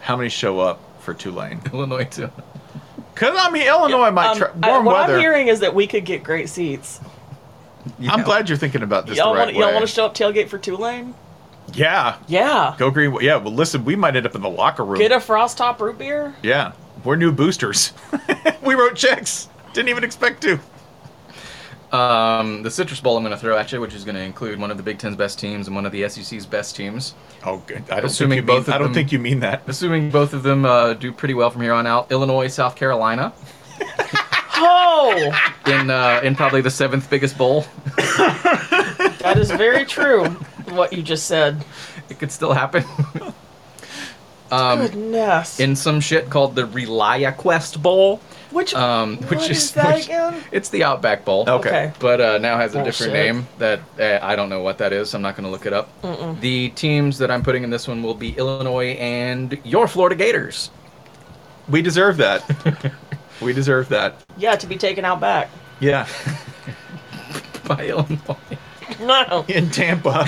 A: How many show up for Tulane?
B: Illinois too.
A: Because Oh, I mean, Illinois might
D: Um,
A: try,
D: I-
A: warm
D: what
A: weather.
D: I'm
A: I'm,
D: hearing is that we could get great seats.
A: glad you're thinking about this
D: y'all
A: the right
D: want y'all
A: way.
D: want to show up tailgate for Tulane?
A: yeah,
D: Yeah.
A: go green. Yeah, well, listen, we might end up in the locker room.
D: Get a frost top root beer.
A: yeah, we're new boosters. we wrote checks. Didn't even expect to.
B: Um, the Citrus Bowl I'm going to throw at you, which is going to include one of the Big Ten's best teams and one of the SEC's best teams.
A: Oh, good. I don't
B: Assuming
A: think you mean,
B: both of
A: I don't
B: them-
A: think you mean that.
B: Assuming both of them uh, do pretty well from here on out, Illinois, South Carolina,
D: Oh,
B: in uh, in probably the seventh biggest bowl.
D: that is very true. What you just said.
B: It could still happen. um,
D: Goodness.
B: in some shit called the Relia Quest Bowl,
D: Which
B: um, which
D: What
B: is,
D: is that
B: which-
D: again? Oh,
B: it's the Outback Bowl.
D: Okay.
B: but uh, now has a different
D: Bullshit.
B: name that uh, I don't know what that is. So I'm not going to look it up. The teams that I'm putting in this one will be Illinois and your Florida Gators.
A: We deserve that. we deserve that.
D: Yeah, to be taken out back.
A: Yeah,
B: by Illinois.
D: No.
A: in Tampa.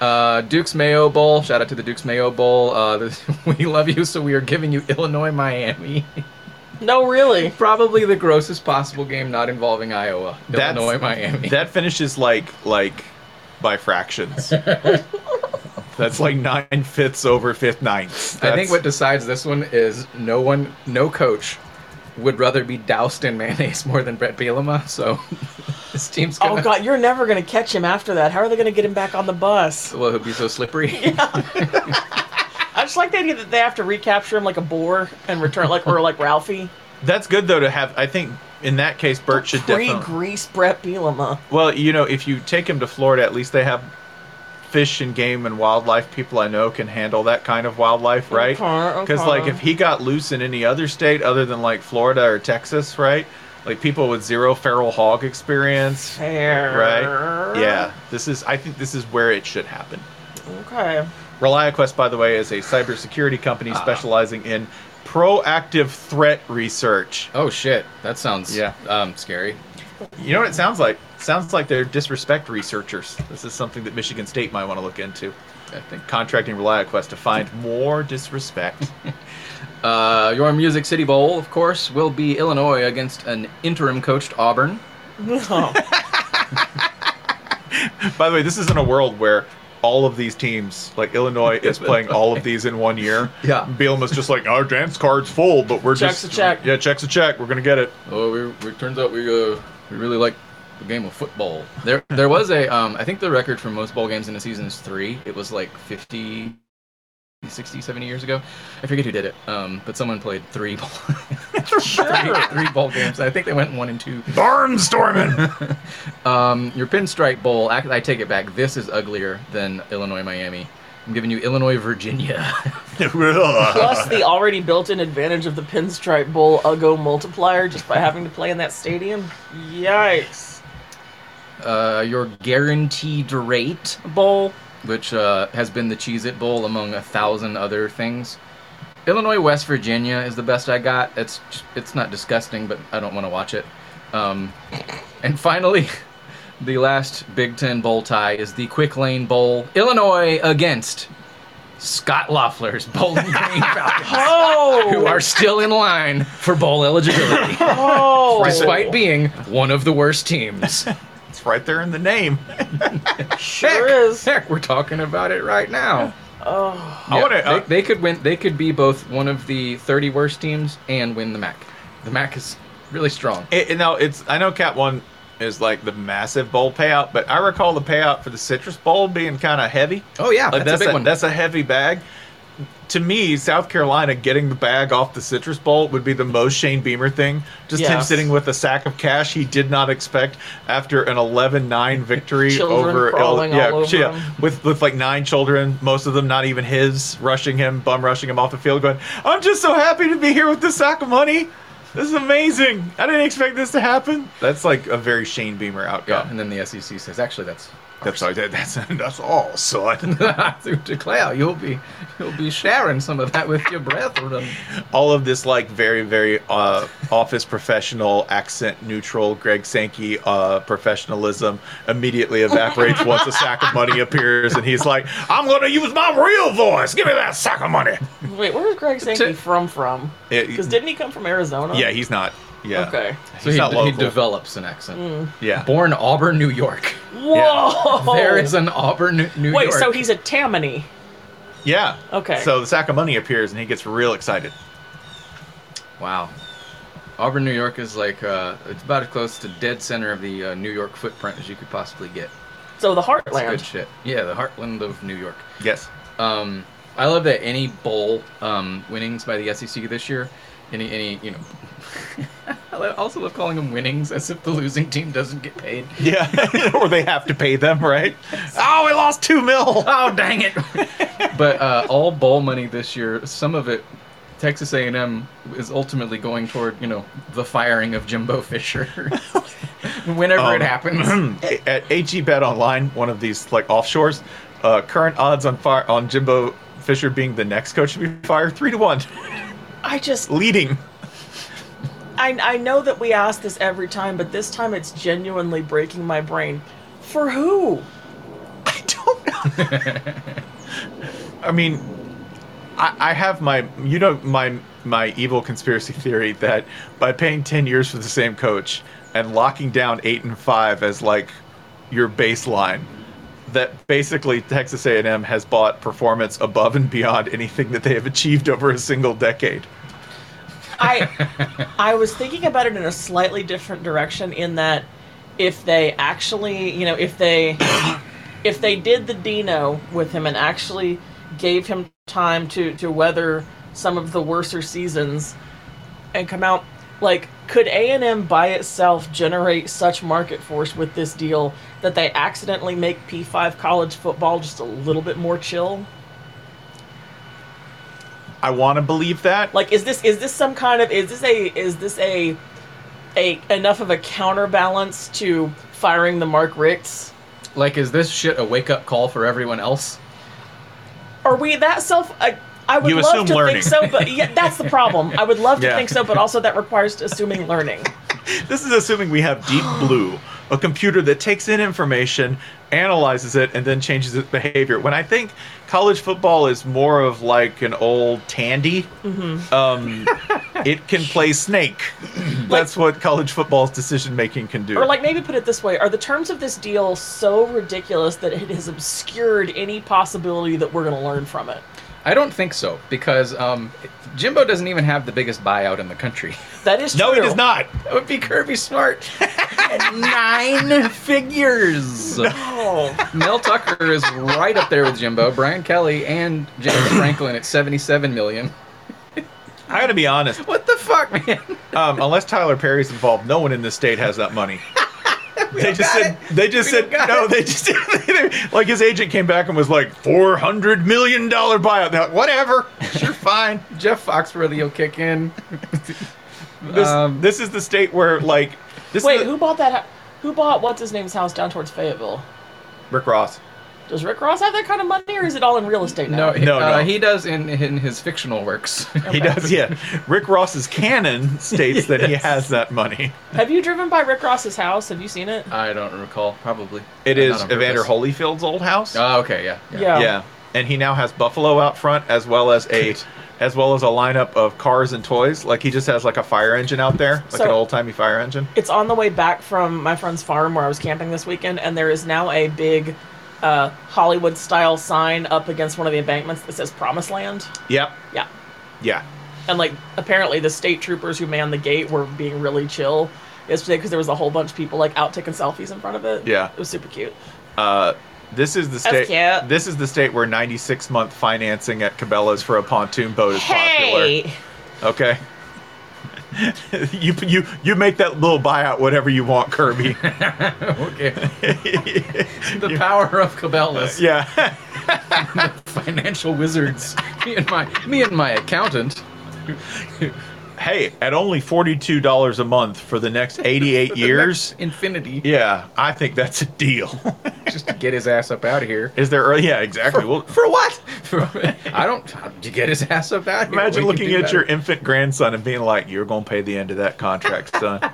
B: Uh, Duke's Mayo Bowl. Shout out to the Duke's Mayo Bowl. Uh, this, we love you, so we are giving you Illinois Miami.
D: No, really.
B: Probably the grossest possible game not involving Iowa.
A: That's-
B: Illinois Miami.
A: That finishes like like by fractions. That's like nine fifths over fifth ninths.
B: I think
A: That's-
B: what decides this one is no one, no coach would rather be doused in mayonnaise more than Brett Bielema. So this team's gonna.
D: Oh God, you're never gonna catch him after that. How are they gonna get him back on the bus?
B: Well, he'll be so slippery.
D: I just like the idea that they have to recapture him like a boar and return like or like Ralphie.
A: that's good though to have. I think in that case, Bert should
D: Free
A: definitely.
D: grease Brett Bielema.
A: Well, you know, if you take him to Florida, at least they have fish and game and wildlife. People I know can handle that kind of wildlife, right?
D: Okay,
A: Because
D: okay.
A: like if he got loose in any other state other than like Florida or Texas, right? Like people with zero feral hog experience,
D: Fair.
A: right? Yeah, this is. I think this is where it should happen.
D: Okay.
A: ReliaQuest, by the way, is a cybersecurity company specializing in proactive threat research.
B: Oh shit, that sounds yeah um, scary.
A: You know what it sounds like? It sounds like they're disrespect researchers. This is something that Michigan State might want to look into. I think contracting ReliaQuest to find more disrespect.
B: Uh, your Music City Bowl, of course, will be Illinois against an interim coached Auburn.
A: By the way, this is in a world where all of these teams, like Illinois, is playing all of these in one year.
B: Yeah.
A: Bielema's just like, our dance card's full, but we're
D: Check's
A: just
D: a check.
A: Yeah, check's a check. We're gonna get it.
B: Oh, we, we turns out we uh, we really like the game of football. There there was a um I think the record for most bowl games in a season is 3. It was like 50 60 70 years ago. I forget who did it. Um but someone played 3 bowl three, three bowl games. I think they went 1 and 2.
A: Barnstorming.
B: um your pinstripe bowl, act- I take it back. This is uglier than Illinois Miami. I'm giving you Illinois Virginia.
D: Plus the already built-in advantage of the Pinstripe Bowl Ugo multiplier just by having to play in that stadium. Yikes!
B: uh, your guaranteed rate bowl, which uh, has been the Cheez It Bowl among a thousand other things. Illinois West Virginia is the best I got. It's it's not disgusting, but I don't want to watch it. Um, and finally, the last Big Ten bowl tie is the Quick Lane Bowl. Illinois against Scott Loeffler's Bowling Green Falcons, who are still in line for bowl eligibility,
D: Oh,
B: despite being one of the worst teams.
A: it's right there in the name.
D: sure is.
B: Heck, we're talking about it right now.
D: Oh,
A: I wanna- uh,
B: they, they could win. They could be both one of the 30 worst teams and win the MAC. The MAC is really strong.
A: It, it- now it's I know Cat One is like the massive bowl payout, but I recall the payout for the Citrus Bowl being kind of heavy.
B: Oh yeah,
A: Like,
B: that's, a big one.
A: That's a heavy bag. To me, South Carolina getting the bag off the Citrus Bowl would be the most Shane Beamer thing. Just him
D: Yes.
A: sitting with a sack of cash he did not expect after an 11-9 victory
D: Children
A: over
D: crawling all over
A: yeah,
D: him.
A: with with like nine children, most of them not even his, rushing him, bum rushing him off the field, going, "I'm just so happy to be here with this sack of money. This is amazing. I didn't expect this to happen." That's like a very Shane Beamer
B: yeah,
A: outcome.
B: and then the SEC says, actually, that's
A: That's all. That's that's all, son.
B: to declare you'll be you'll be sharing some of that with your brethren.
A: all of this like very very uh, office professional accent neutral greg sankey uh, professionalism immediately evaporates once a sack of money appears and he's like i'm gonna use my real voice give me that sack of money
D: wait, where's Greg Sankey from? From?
A: It-
D: Because didn't he come from Arizona?
A: yeah he's not yeah
D: Okay.
B: So
A: he's
B: he,
A: not
B: he
A: local
B: develops an accent.
D: Mm.
A: yeah
B: Born Auburn, New York.
D: Whoa.
B: There is an Auburn, New
D: Oh. Wait,
B: York.
D: so he's a Tammany.
A: yeah
D: Okay.
A: so the sack of money appears and he gets real excited
B: Wow. Auburn, New York is like, uh, it's about as close to dead center of the uh, New York footprint as you could possibly get.
D: So the
B: That's good
D: Heartland.
B: shit. Yeah, the heartland of New York.
A: yes
B: Um, I love that any bowl um, winnings by the SEC this year, any, any you know. I lo- also love calling them winnings as if the losing team doesn't get paid.
A: yeah or they have to pay them right oh we lost two mil
B: Oh, dang it. but uh, all bowl money this year, some of it, Texas A&M is ultimately going toward, you know, the firing of Jimbo Fisher. Whenever it happens.
A: Um, at HE Bet Online, one of these like offshores, uh, current odds on fire on Jimbo Fisher being the next coach to be fired three to one,
D: I just
A: leading.
D: I, I know that we ask this every time, but this time it's genuinely breaking my brain. For who?
A: I don't know. I mean, I, I have my you know my my evil conspiracy theory that by paying ten years for the same coach and locking down eight and five as like your baseline, that basically Texas A&M has bought performance above and beyond anything that they have achieved over a single decade.
D: I I was thinking about it in a slightly different direction in that if they actually, you know, if they if they did the Dino with him and actually gave him time to to weather some of the worser seasons and come out like could A&M by itself generate such market force with this deal that they accidentally make P5 college football just a little bit more chill?
A: I want to believe that.
D: like is this is this some kind of is this a is this a a enough of a counterbalance to firing the Mark Ricks?
B: like, is this shit a wake up call for everyone else?
D: Are we that self? I, I would
A: You
D: love
A: assume
D: to
A: learning.
D: think so, but yeah, that's the problem. I would love to
A: Yeah.
D: think so, but also that requires assuming learning.
A: This is assuming we have Deep Blue, a computer that takes in information, analyzes it, and then changes its behavior. When I think college football is more of like an old tandy,
D: Mm-hmm.
C: Mhm.
A: um, it can play snake. That's what college football's decision making can do.
D: Or like maybe put it this way: Are the terms of this deal so ridiculous that it has obscured any possibility that we're going to learn from it?
B: I don't think so because um, Jimbo doesn't even have the biggest buyout in the country.
D: That is
B: no,
D: true.
B: he does not. That would be Kirby Smart. Nine figures.
D: No.
B: Mel Tucker is right up there with Jimbo, Brian Kelly, and James Franklin at 77 million.
A: I gotta be honest.
B: What the fuck, man?
A: Um, unless Tyler Perry's involved, no one in this state has that money. they just said. They just said no. They just like his agent came back and was like four hundred million dollar buyout. They're like, whatever, you're fine.
B: Jeff Foxworthy will kick in.
A: this this is the state where like this
D: Wait,
A: is the-
D: who bought that? hu- Who bought what's his name's house down towards Fayetteville?
A: Rick Ross.
D: Does Rick Ross have that kind of money, or is it all in real estate now?
B: No, he- uh, he does in, in his fictional works.
A: He does, yeah. Rick Ross's canon states that he has that money.
D: Have you driven by Rick Ross's house? Have you seen it?
B: I don't recall. Probably.
A: It
B: Not
A: is
B: on purpose.
A: Evander Holyfield's old house.
B: Oh, okay, yeah.
D: Yeah.
A: Yeah, and he now has Buffalo out front as well as a as well as a lineup of cars and toys. Like he just has like a fire engine out there, like
D: So-
A: an old timey fire engine.
D: It's on the way back from my friend's farm where I was camping this weekend, and there is now a big uh, Hollywood style sign up against one of the embankments that says Promised Land.
A: Yep.
D: Yeah.
A: Yeah.
D: And like apparently the state troopers who manned the gate were being really chill yesterday because there was a whole bunch of people like out taking selfies in front of it.
A: Yeah.
D: It was super cute.
A: Uh, this is the
D: That's
A: state.
D: cute.
A: This is the state where 96 month financing at Cabela's for a pontoon boat is
C: Hey.
A: popular. Okay. you you you make that little buyout whatever you want, Kirby.
B: okay. the power of Cabela's.
A: Yeah.
B: Financial wizards. Me and my me and my accountant.
A: hey, at only forty-two dollars a month for the next eighty-eight years,
B: infinity.
A: Yeah, I think that's a deal.
B: Just to get his ass up out of here.
A: Is there? Yeah, exactly. well,
B: For what? I don't. To get his ass up out of here.
A: imagine
B: We can
A: looking
B: do
A: at
B: better.
A: your infant grandson and being like, "You're gonna pay the end of that contract, son.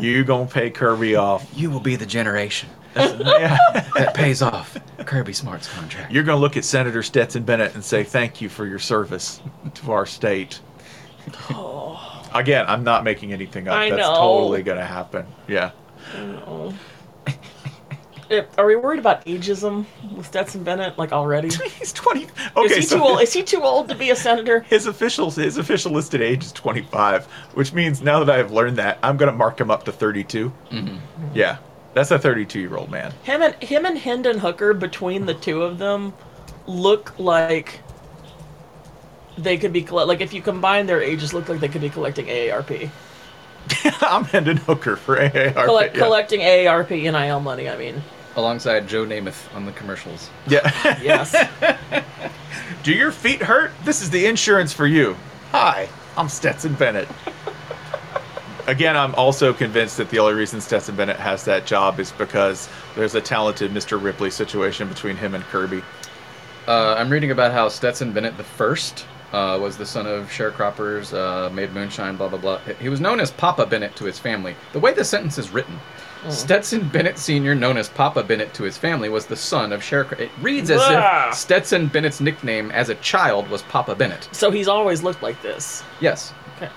A: you gonna pay Kirby off.
B: You will be the generation that pays off Kirby Smart's contract.
A: You're gonna look at Senator Stetson Bennett and say thank you for your service to our state." Again, I'm not making anything up.
D: Oh. I
A: That's
D: know.
A: totally gonna happen. Yeah.
D: Oh. Eh, Are we worried about ageism with Stetson Bennett like already?
A: He's twenty.
D: is
A: okay,
D: he
A: so-
D: too old? Is he too old to be a senator?
A: His official his official listed age is 25, which means now that I have learned that, I'm gonna mark him up to 32.
B: Mm-hmm.
A: Yeah, that's a 32 year old man.
D: Him and him and Hendon Hooker between the two of them look like they could be colle- like if you combine their ages, look like they could be collecting AARP,
A: I'm Hendon Hooker for AARP.
D: Collect,
A: yeah.
D: collecting AARP NIL money. I mean,
B: Alongside Joe Namath on the commercials.
A: Yeah.
D: yes.
A: Do your feet hurt? This is the insurance for you. Hi, I'm Stetson Bennett. Again, I'm also convinced that the only reason Stetson Bennett has that job is because there's a talented Mr. Ripley situation between him and Kirby.
B: Uh, I'm reading about how Stetson Bennett the first uh, was the son of sharecroppers, uh, made moonshine, blah blah blah. He was known as Papa Bennett to his family. The way the sentence is written, Stetson Bennett Sr., known as Papa Bennett to his family, was the son of sharecroppers. It reads as
D: Blah.
B: if Stetson Bennett's nickname as a child was Papa Bennett.
D: so he's always looked like this.
B: Yes,
D: Okay.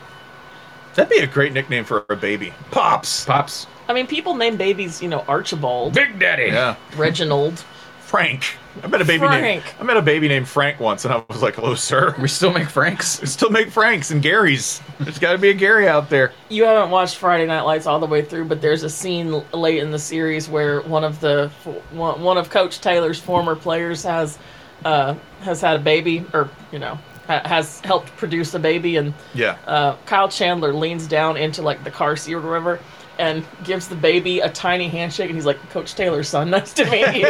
A: That'd be a great nickname for a baby. Pops.
B: pops,
D: I mean, people name babies, you know, Archibald,
B: Big Daddy.
A: Yeah.
D: Reginald.
A: Frank. I met a baby named
D: Frank.
A: I met a baby named Frank once, and I was like, "Hello, sir.
B: We still make Franks.
A: We still make Franks and Garys. There's got to be a Gary out there."
D: you haven't watched Friday Night Lights all the way through, but there's a scene l- late in the series where one of the one, one of Coach Taylor's former players has uh, has had a baby, or you know, ha- has helped produce a baby, and
A: Yeah.
D: uh, Kyle Chandler leans down into like the car seat or whatever. And gives the baby a tiny handshake, and he's like, "Coach Taylor's son, nice to meet you."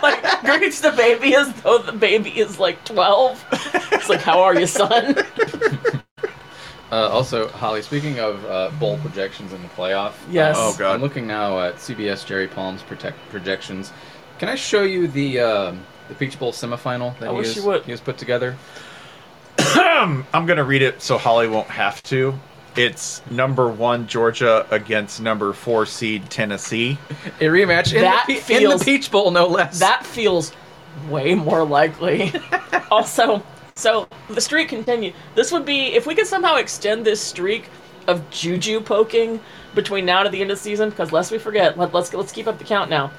D: like greets the baby as though the baby is like twelve. It's like, "How are you, son?"
B: Uh, also, Holly, speaking of uh, bowl projections in the playoff,
D: Yes.
B: uh,
D: Oh, God.
B: I'm looking now at CBS Jerry Palm's protect projections. Can I show you the um the Peach Bowl semifinal that
D: I
B: he,
D: wish
B: has,
D: you would.
B: he has put together?
A: I'm gonna read it so Holly won't have to. It's number one Georgia against number four seed Tennessee.
B: A rematch in,
D: That
B: the, Pe- in
D: feels-
B: the Peach Bowl, no less.
D: That feels way more likely. also, so the streak continue. This would be if we could somehow extend this streak of juju poking between now to the end of the season. Because lest we forget, let, let's let's keep up the count now.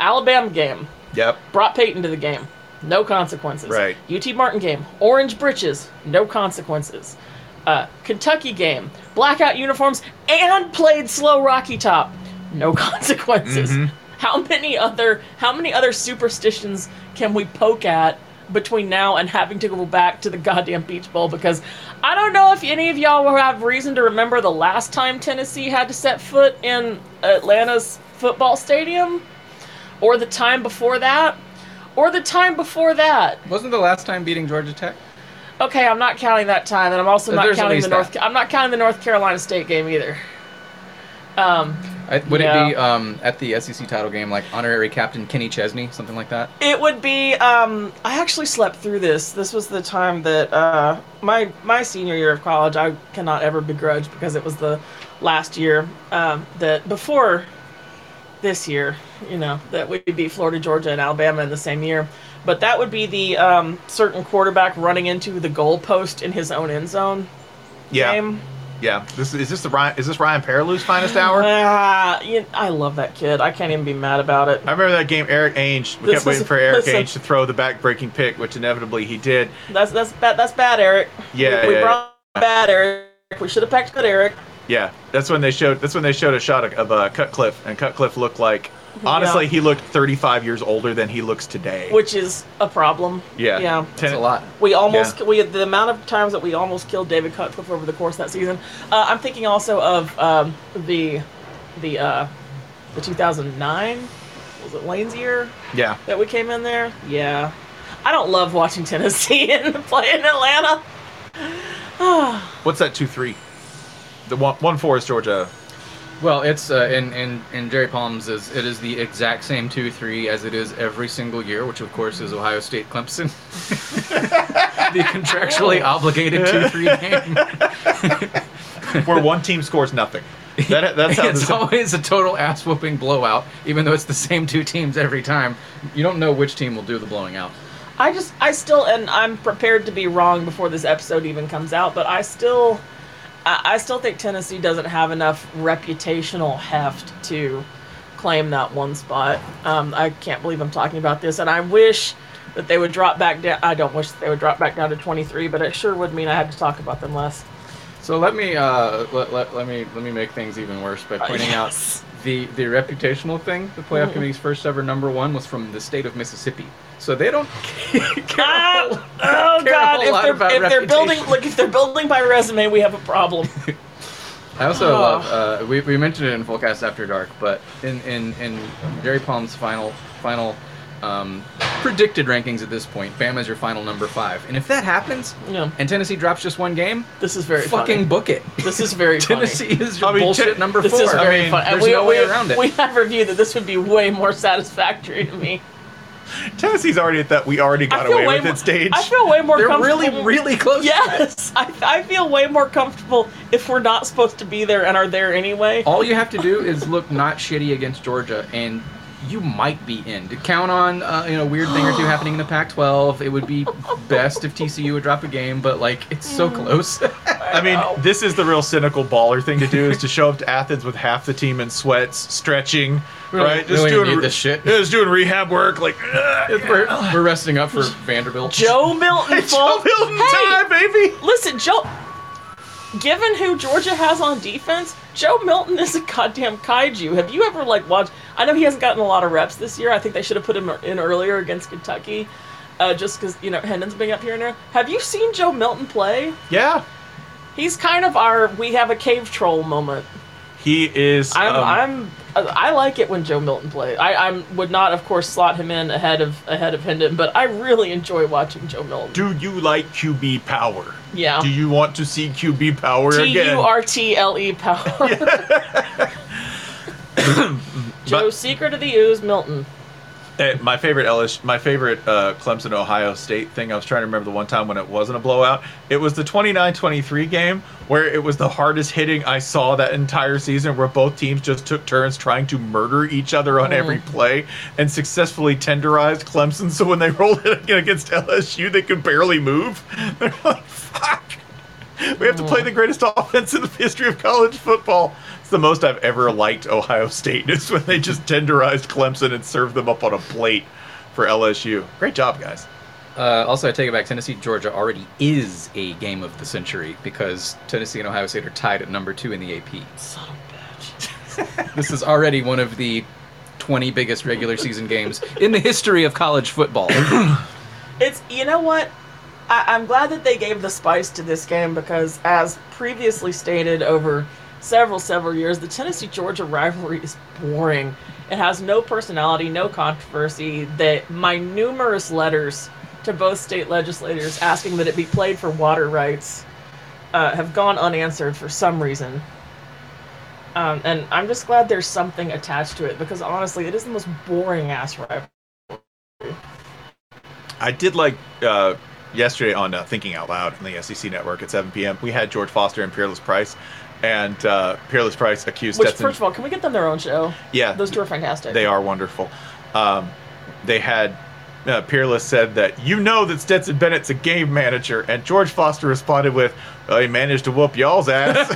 D: Alabama game
A: Yep.
D: brought Peyton to the game, no consequences.
A: Right.
D: UT Martin game, orange britches, no consequences. Uh, Kentucky game, blackout uniforms, and played slow Rocky Top, no consequences. How many other how many other superstitions can we poke at between now and having to go back to the goddamn beach bowl? Because I don't know if any of y'all will have reason to remember the last time Tennessee had to set foot in Atlanta's football stadium, or the time before that, or the time before that.
B: Wasn't the last time beating Georgia Tech?
D: Okay, I'm not counting that time, and I'm also not
B: There's at
D: counting the
B: least
D: North.
B: that.
D: I'm not counting the North Carolina State game either. Um,
B: I, would it be
D: Yeah.
B: um, at the SEC title game, like honorary captain Kenny Chesney, something like that?
D: It would be. Um, I actually slept through this. This was the time that uh, my my senior year of college. I cannot ever begrudge because it was the last year um, that before this year. You know that we beat Florida, Georgia, and Alabama in the same year. But that would be the um, certain quarterback running into the goalpost in his own end zone.
A: Yeah.
D: Game.
A: Yeah. This is this the Ryan is this Ryan Paralou's finest hour?
D: Ah, you- I love that kid. I can't even be mad about it.
A: I remember that game, Eric Ainge. We
D: This
A: kept waiting
D: was-
A: for Eric
D: listen.
A: Ainge to throw the back-breaking pick, which inevitably he did.
D: That's that's bad. That's bad, Eric.
A: Yeah,
D: we, we
A: yeah,
D: brought bad Eric. We should have packed good Eric.
A: Yeah, that's when they showed. That's when they showed a shot of, of uh, Cutcliffe, and Cutcliffe looked like. Honestly,
D: Yeah.
A: he looked 35 years older than he looks today.
D: which is a problem.
A: Yeah.
D: yeah,
A: Ten- That's a lot.
D: We almost
A: Yeah.
D: we the amount of times that we almost killed David Cutcliffe over the course of that season. Uh, I'm thinking also of um, the the uh, the 2009 was it Lane's year
A: Yeah.
D: that we came in there. Yeah, I don't love watching Tennessee and play in Atlanta.
A: What's that? Two three. The one one four is Georgia.
B: Well, it's uh, in, in in Jerry Palms is it is the exact same two three as it is every single year, which of course is Ohio State Clemson, the contractually
D: Oh.
B: obligated two three game.
A: where one team scores nothing. That, that's how
B: it's
A: this.
B: always a total ass whooping blowout, even though it's the same two teams every time. You don't know which team will do the blowing out.
D: I just, I still, and I'm prepared to be wrong before this episode even comes out, but I still, I, I still think Tennessee doesn't have enough reputational heft to claim that one spot. Um, I can't believe I'm talking about this, and I wish that they would drop back down. I don't wish that they would drop back down to 23, but it sure would mean I had to talk about them less.
B: So let me uh, let, let, let me let me make things even worse by pointing
D: Uh, yes.
B: out the the reputational thing. The playoff
D: Mhm.
B: committee's first ever number one was from the state of Mississippi, so they don't
D: Ah, oh
B: care a
D: God!
B: whole
D: If
B: lot about
D: they're if they're building,
B: reputation.
D: look, if they're building by resume, we have a problem.
B: I also
D: Oh.
B: love. Uh, we, we mentioned it in Fullcast After Dark, but in in in Gary Palm's final final um, predicted rankings at this point, Bama's your final number five, and if that happens,
D: Yeah.
B: and Tennessee drops just one game,
D: this is very
B: fucking
D: funny.
B: book it.
D: This is very funny.
B: Tennessee is your
A: I mean,
B: bullshit
A: Ten-
B: number
D: This
B: four.
D: is very fun. And
B: There's
D: we,
B: no
D: we,
B: way around it.
D: We have reviewed that this would be way more satisfactory to me.
A: Tennessee's already at that. We already got away with
D: mo-
A: it stage.
D: I feel way more
B: They're
D: comfortable.
B: really, really close.
D: Yes, I, I feel way more comfortable if we're not supposed to be there and are there anyway.
B: All you have to do is look not shitty against Georgia, and you might be in. To count on uh, you know a weird thing or two happening in the Pac-12. It would be best if TCU would drop a game, but like it's so close.
A: I mean, this is the real cynical baller thing to do: is to show up to Athens with half the team in sweats, stretching,
B: We don't-
A: right?
B: we don't even need this shit.
A: Yeah, just doing rehab work. Like, ugh.
B: we're, we're resting up for Vanderbilt.
D: Joe Milton fall.
A: Milton
D: hey,
A: time, baby.
D: Listen, Joe. Given who Georgia has on defense, Joe Milton is a goddamn kaiju. Have you ever like watched? I know he hasn't gotten a lot of reps this year. I think they should have put him in earlier against Kentucky, uh, just because you know Hendon's been up here and there. Have you seen Joe Milton play?
A: yeah,
D: He's kind of our we have a cave troll moment.
A: he is.
D: I'm
A: um,
D: I'm I like it when Joe Milton plays. I I would not of course slot him in ahead of ahead of Hendon, but I really enjoy watching Joe Milton.
A: Do you like QB power?
D: Yeah.
A: Do you want to see QB power
D: T
A: again?
D: U R T L E power. Joe Secret of the Ooze Milton.
A: Eh, my favorite LSU, my favorite uh, Clemson Ohio State thing. I was trying to remember the one time when it wasn't a blowout. It was the 29-23 game where it was the hardest hitting I saw that entire season, where both teams just took turns trying to murder each other on every play and successfully tenderized Clemson. So when they rolled it against LSU, they could barely move. They're like, "Fuck, we have to play the greatest offense in the history of college football." It's the most I've ever liked Ohio State is when they just tenderized Clemson and served them up on a plate for LSU. Great job, guys.
B: Uh, also, I take it back. Tennessee Georgia already is a game of the century because Tennessee and Ohio State are tied at number two in the AP. Son of a bitch. this is already one of the 20 biggest regular season games in the history of college football.
D: It's you know what? I, I'm glad that they gave the spice to this game because, as previously stated over several several years, the Tennessee Georgia rivalry is boring. It has no personality, no controversy. That my numerous letters to both state legislators asking that it be played for water rights uh, have gone unanswered for some reason. Um, and I'm just glad there's something attached to it because honestly, it is the most boring ass rivalry.
A: I did like uh, yesterday on uh, Thinking Out Loud on the SEC Network at 7 p.m. We had George Foster and Peerless Price, and uh, Peerless Price accused
D: Which,
A: Stetson.
D: first of all, can we get them their own show?
A: Yeah.
D: Those two are fantastic.
A: They are wonderful. Um, they had uh, Peerless said that you know that Stetson Bennett's a game manager, and George Foster responded with, "Well, "He managed to whoop y'all's ass."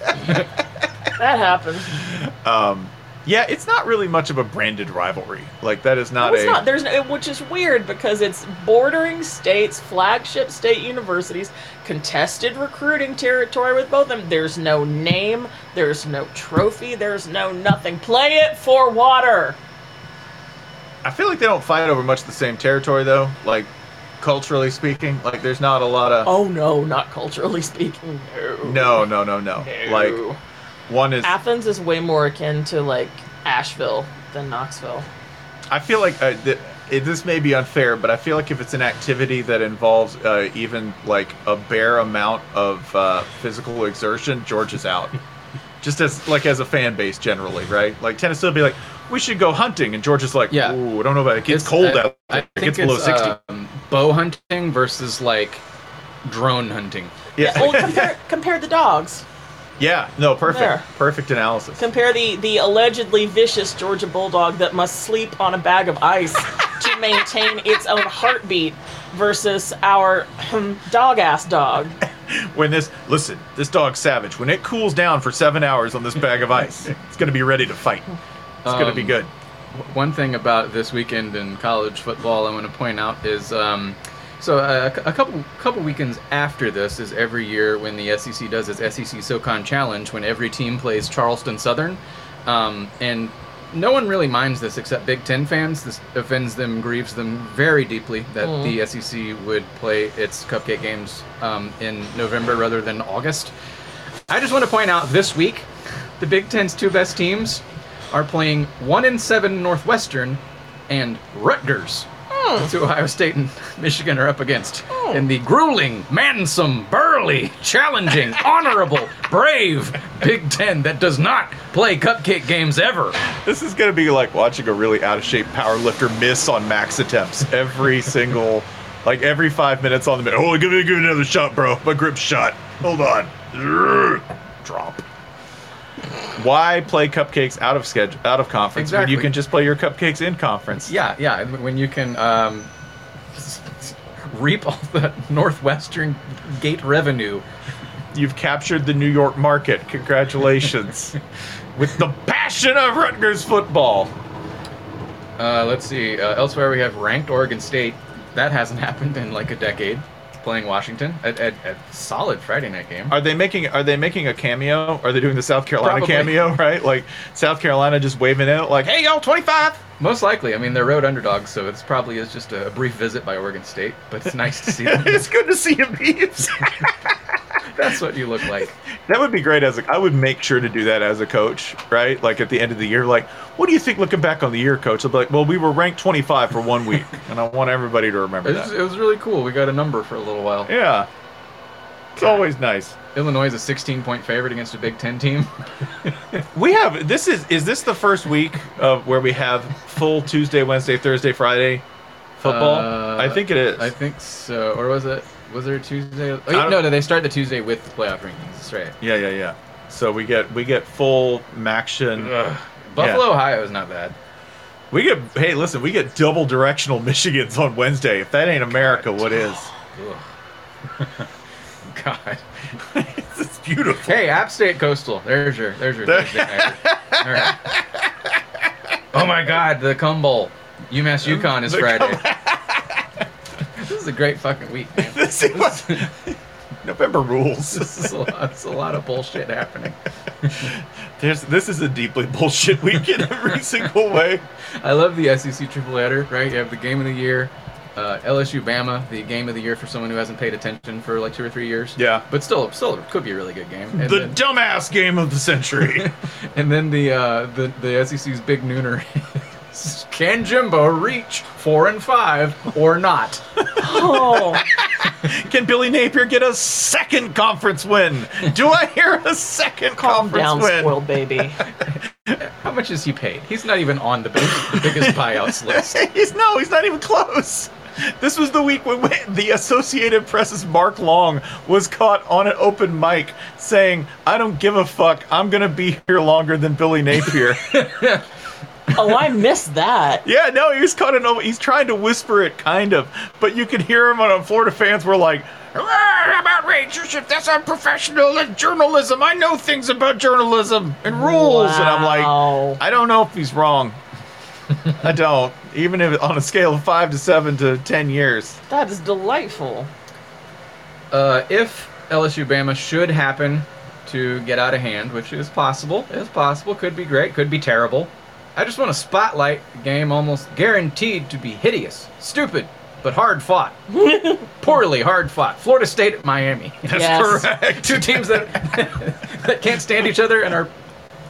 D: That happens.
A: um, yeah, it's not really much of a branded rivalry. Like that is not
D: No, it's
A: a.
D: not. There's no, which is weird because it's bordering states, flagship state universities, contested recruiting territory with both of them. There's no name, there's no trophy, there's no nothing. Play it for water.
A: I feel like they don't fight over much the same territory though. Like culturally speaking, like there's not a lot of.
D: Oh no, not culturally speaking. No.
A: No, no, no, no.
D: No.
A: Like one is.
D: Athens is way more akin to like Asheville than Knoxville.
A: I feel like uh, th- it, this may be unfair, but I feel like if it's an activity that involves uh, even like a bare amount of uh, physical exertion, George is out. Just as like as a fan base generally, right? Like Tennessee will be like, we should go hunting, and George is like, yeah. Ooh, I don't know about it. It gets cold
B: I-
A: out.
B: I
A: it
B: think
A: gets below
B: it's,
A: sixty.
B: um, bow hunting versus like drone hunting.
A: Yeah.
D: Well, compare, compare the dogs.
A: yeah. No. Perfect.
D: There.
A: Perfect analysis.
D: Compare the, the allegedly vicious Georgia Bulldog that must sleep on a bag of ice to maintain its own heartbeat versus our hmm, dog ass dog.
A: When this listen, this dog's savage. When it cools down for seven hours on this bag of ice, it's gonna be ready to fight. It's gonna be
B: Um,
A: good.
B: w- One thing about this weekend in college football I want to point out is um, so uh, a couple couple weekends after this is every year when the SEC does its SEC SoCon Challenge when every team plays Charleston Southern, um, and no one really minds this except Big Ten fans. This offends them, grieves them very deeply that
G: Mm.
B: the SEC would play its cupcake games um, in November rather than August. I just want to point out this week, the Big Ten's two best teams are playing one and seven Northwestern and Rutgers. That's who Ohio State and Michigan are up against. In the grueling, mansome, burly, challenging, honorable, brave Big Ten that does not play cupcake games ever.
A: This is gonna be like watching a really out of shape power lifter miss on max attempts every single, like every five minutes on the minute. Oh, give me give me another shot, bro. My grip's shot. Hold on. Urgh. Drop. Why play cupcakes out of schedule, out of conference when you
B: Exactly.
A: can just play your cupcakes in conference?
B: Yeah, yeah. and When you can um, reap all the Northwestern gate revenue.
A: You've captured the New York market. Congratulations. With the passion of Rutgers football.
B: Uh, let's see. Uh, elsewhere, we have ranked Oregon State. That hasn't happened in like a decade. Playing Washington, a, a, a solid Friday night game.
A: Are they making are they making a cameo? Are they doing the South Carolina
B: Probably.
A: cameo, right? Like South Carolina just waving out like, "Hey y'all, 25."
B: Most likely. I mean, they're road underdogs, so it's probably is just a brief visit by Oregon State. But it's nice to see them.
A: it's good to see him leaves.
B: That's what you look like.
A: That would be great as a, I would make sure to do that as a coach, right? Like at the end of the year, like, what do you think looking back on the year, coach? I'll be like, well, we were ranked 25 for one week, and I want everybody to
B: It
A: remember
B: was,
A: that.
B: it was really cool. We got a number for a little while.
A: Yeah. It's always nice.
B: Illinois is a 16 point favorite against a Big Ten team.
A: we have this is is this the first week of where we have full Tuesday, Wednesday, Thursday, Friday football?
B: Uh,
A: I think it is.
B: I think so. Or was it? Was there a Tuesday? Oh,
A: I don't-
B: no, no, they start the Tuesday with the playoff rankings. That's right.
A: yeah, yeah, yeah. So we get we get full action.
B: Buffalo,
A: Yeah.
B: Ohio is not bad.
A: We get hey, listen, we get double directional Michigans on Wednesday. If that ain't America, what is?
B: Ugh. God,
A: it's beautiful.
B: Hey, App State Coastal. There's your, there's your. Thursday night. All right. Oh my God, the Cum Bowl. UMass UConn is Friday. this is a great fucking week. Man.
A: this is November rules.
B: this is a lot, it's a lot of bullshit happening.
A: There's this is a deeply bullshit weekend every single way.
B: I love the SEC triple header, right? You have the game of the year, uh, LSU Bama, the game of the year for someone who hasn't paid attention for like two or three years.
A: Yeah.
B: but still, still could be a really good game. And
A: the
B: then,
A: dumbass game of the century.
B: and then the uh, the the SEC's big nooner. is, Can Jimbo reach four and five or not?
D: Oh,
A: Can Billy Napier get a second conference win? Do I hear a second
D: calm
A: conference
D: down,
A: win?
D: spoiled baby.
B: How much is he paid? He's not even on the, big, the biggest buyouts list.
A: he's no, he's not even close. This was the week when the Associated Press's Mark Long was caught on an open mic saying, "I don't give a fuck. I'm gonna be here longer than Billy Napier."
D: Oh, I missed that.
A: yeah, no, he was caught in. He's trying to whisper it, kind of, but you could hear him. And Florida fans were like,
C: I'm outrageous if that's unprofessional and journalism. I know things about journalism
A: and rules. And I'm like, I don't know if he's wrong. I don't. Even if on a scale of five to seven to ten years.
D: That is delightful.
B: Uh, if LSU Bama should happen to get out of hand, which is possible, is possible, could be great, could be terrible. I just want to spotlight a game almost guaranteed to be hideous, stupid, but hard fought. Poorly hard fought. Florida State at Miami.
A: That's Yes. correct.
B: Two teams that that can't stand each other and are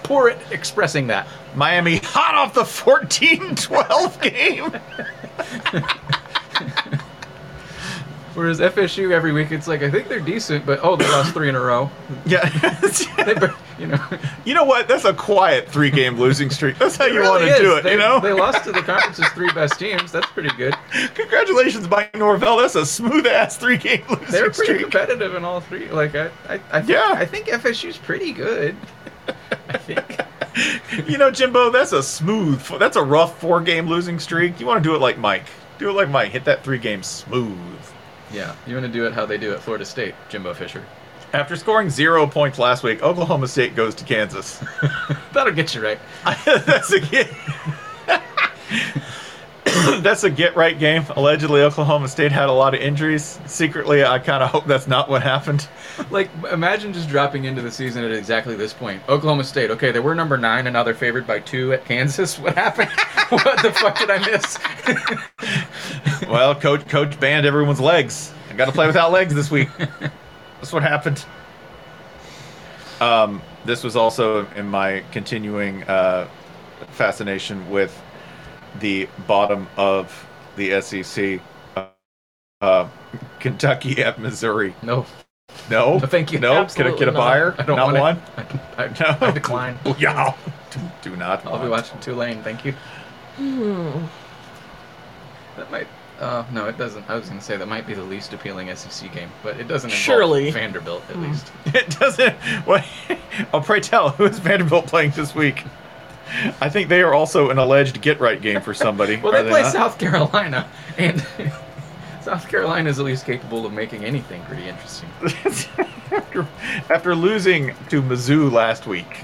B: poor at expressing that.
A: Miami hot off the 14-12 game.
B: Whereas FSU every week it's like I think they're decent, but oh they lost three in a row.
A: Yeah.
B: They bur- you know
A: You know what? That's a quiet three-game losing streak. That's how
B: It
A: you
B: really
A: want to
B: is.
A: do it.
B: They,
A: you know.
B: they lost to the conference's three best teams. That's pretty good.
A: Congratulations, Mike Norvell. That's a smooth-ass three-game losing
B: They were pretty
A: streak.
B: competitive in all three. Like I, I, I think,
A: Yeah.
B: I think FSU's pretty good.
A: You know, Jimbo, that's a smooth. fo- That's a rough four-game losing streak. You want to do it like Mike. Do it like Mike. Hit that three-game smooth.
B: Yeah, you want to do it how they do at Florida State, Jimbo Fisher.
A: After scoring zero points last week, Oklahoma State goes to Kansas.
B: That'll get you right.
A: That's a get. that's a get right game. Allegedly, Oklahoma State had a lot of injuries. Secretly, I kind of hope that's not what happened.
B: Like imagine just dropping into the season at exactly this point. Oklahoma State. Okay, they were number nine, and now they're favored by two at Kansas. What happened? what the fuck did I miss?
A: well, coach coach banned everyone's legs. I got to play without legs this week. That's what happened. Um, this was also in my continuing uh, fascination with the bottom of the SEC. Uh, uh, Kentucky at Missouri.
B: No.
A: No.
B: No, thank you.
A: No. Can I get a
B: Absolutely not.
A: buyer?
B: I don't
A: Not
B: want
A: one.
B: it. I,
A: No.
B: I decline.
A: Yeah. Do not.
B: I'll be
A: want.
B: watching Tulane. Thank you.
D: Hmm.
B: That might. Uh, no, it doesn't. I was gonna say that might be the least appealing SEC game, but it doesn't involve
D: Surely.
B: Vanderbilt at
D: Hmm.
B: least.
A: It doesn't. What? Oh, pray tell, who is Vanderbilt playing this week? I think they are also an alleged get right game for somebody.
B: Well,
A: are
B: they, play
A: not?
B: South Carolina, and South Carolina is at least capable of making anything pretty interesting.
A: After losing to Mizzou last week,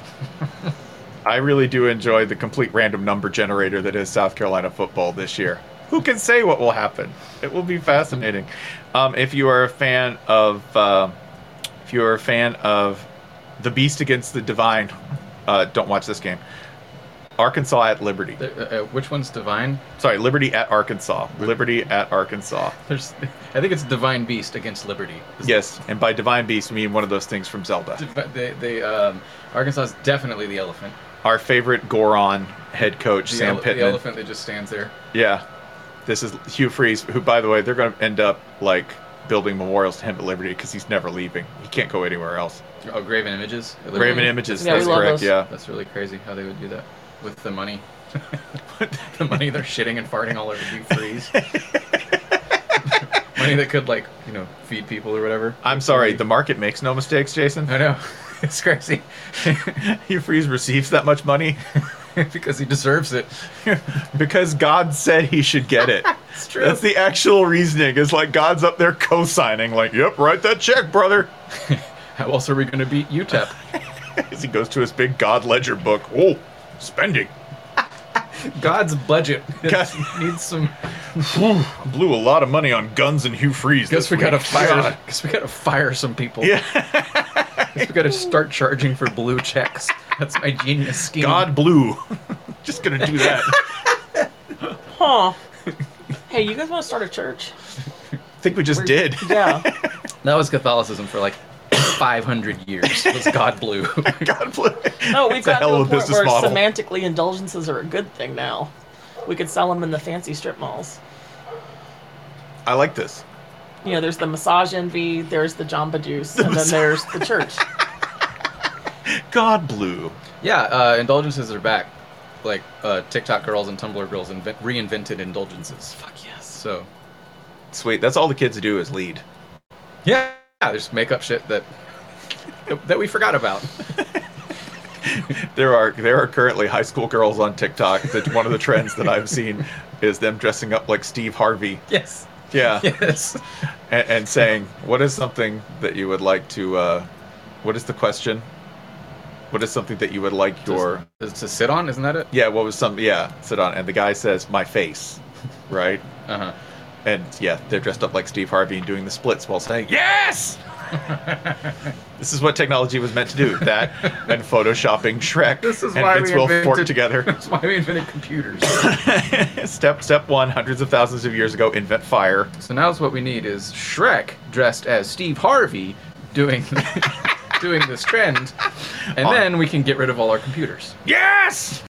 A: I really do enjoy the complete random number generator that is South Carolina football this year. Who can say what will happen? It will be fascinating. Um, if you are a fan of, uh, if you are a fan of, the Beast against the Divine, uh, don't watch this game. Arkansas at Liberty.
B: Uh, uh, which one's divine?
A: Sorry, Liberty at Arkansas. Liberty at Arkansas.
B: There's, I think it's Divine Beast against Liberty.
A: Yes, and by divine beast, we mean one of those things from Zelda.
B: Divi- They, they, um, Arkansas is definitely the elephant.
A: Our favorite Goron head coach,
B: The,
A: Sam
B: ele- the
A: Pittman.
B: elephant that just stands there.
A: Yeah, this is Hugh Freeze, who, by the way, they're going to end up like building memorials to him at Liberty because he's never leaving. He can't go anywhere else.
B: Oh, Graven Images. At
A: Graven
B: Liberty?
A: Images, Yeah, we that's love correct, those. yeah.
B: that's really crazy how they would do that with the money. the money they're shitting and farting all over G freeze. money that could like you know feed people or whatever.
A: I'm sorry, the market makes no mistakes, Jason. I
B: know. It's crazy.
A: Hugh Freeze receives that much money
B: because he deserves it.
A: because God said he should get it.
B: It's true.
A: That's the actual reasoning. It's like God's up there co signing, like, yep, write that check, brother.
B: How else are we going to beat E UTEP?
A: As he goes to his big God ledger book. Oh, spending.
B: God's budget
A: God-
B: needs some.
A: Blew a lot of money on guns and Hugh Freeze. this
B: Guess we
A: week.
B: gotta fire.
A: God.
B: Guess we gotta fire some people. Yeah. guess we gotta start charging for blue checks. That's my genius scheme.
A: God blue. Just gonna do that.
D: Huh. Hey, you guys want to start a church?
A: I think we just
D: We're-
A: did.
D: Yeah.
B: That was Catholicism for like 500 years. Was God blue?
A: God blue.
D: No, Oh, we've
B: It's a
D: got to
B: hell
D: a
B: of
D: point
B: a business
D: where
B: model.
D: semantically indulgences are a good thing now. We could sell them in the fancy strip malls.
A: I like this.
D: You know, there's the massage envy, there's the Jamba Juice, and then
B: massage-
D: there's the church.
A: God blue.
B: Yeah, uh, indulgences are back. Like uh, TikTok girls and Tumblr girls invent- reinvented indulgences. Fuck yes. So
A: Sweet. That's all the kids do is lead.
B: yeah, yeah, just make up shit that that we forgot about.
A: There are there are currently high school girls on TikTok that one of the trends that I've seen is them dressing up like Steve Harvey.
B: Yes.
A: Yeah.
B: Yes.
A: And, and saying, "What is something that you would like to? Uh, what is the question? What is something that you would like your?
B: To, to sit on, isn't that it?
A: Yeah. What was some? Yeah. Sit on. And the guy says, "My face," right?
B: Uh huh.
A: And yeah, they're dressed up like Steve Harvey and doing the splits while saying, "Yes." this is what technology was meant to do. That and photoshopping Shrek
B: This is
A: and
B: why
A: Vince
B: we
A: Wilfork
B: invented-
A: together.
B: That's why we invented computers.
A: Step step one, hundreds of thousands of years ago, invent fire.
B: so now's what we need is Shrek dressed as Steve Harvey doing doing this trend, and
A: On-
B: then we can get rid of all our computers.
A: Yes!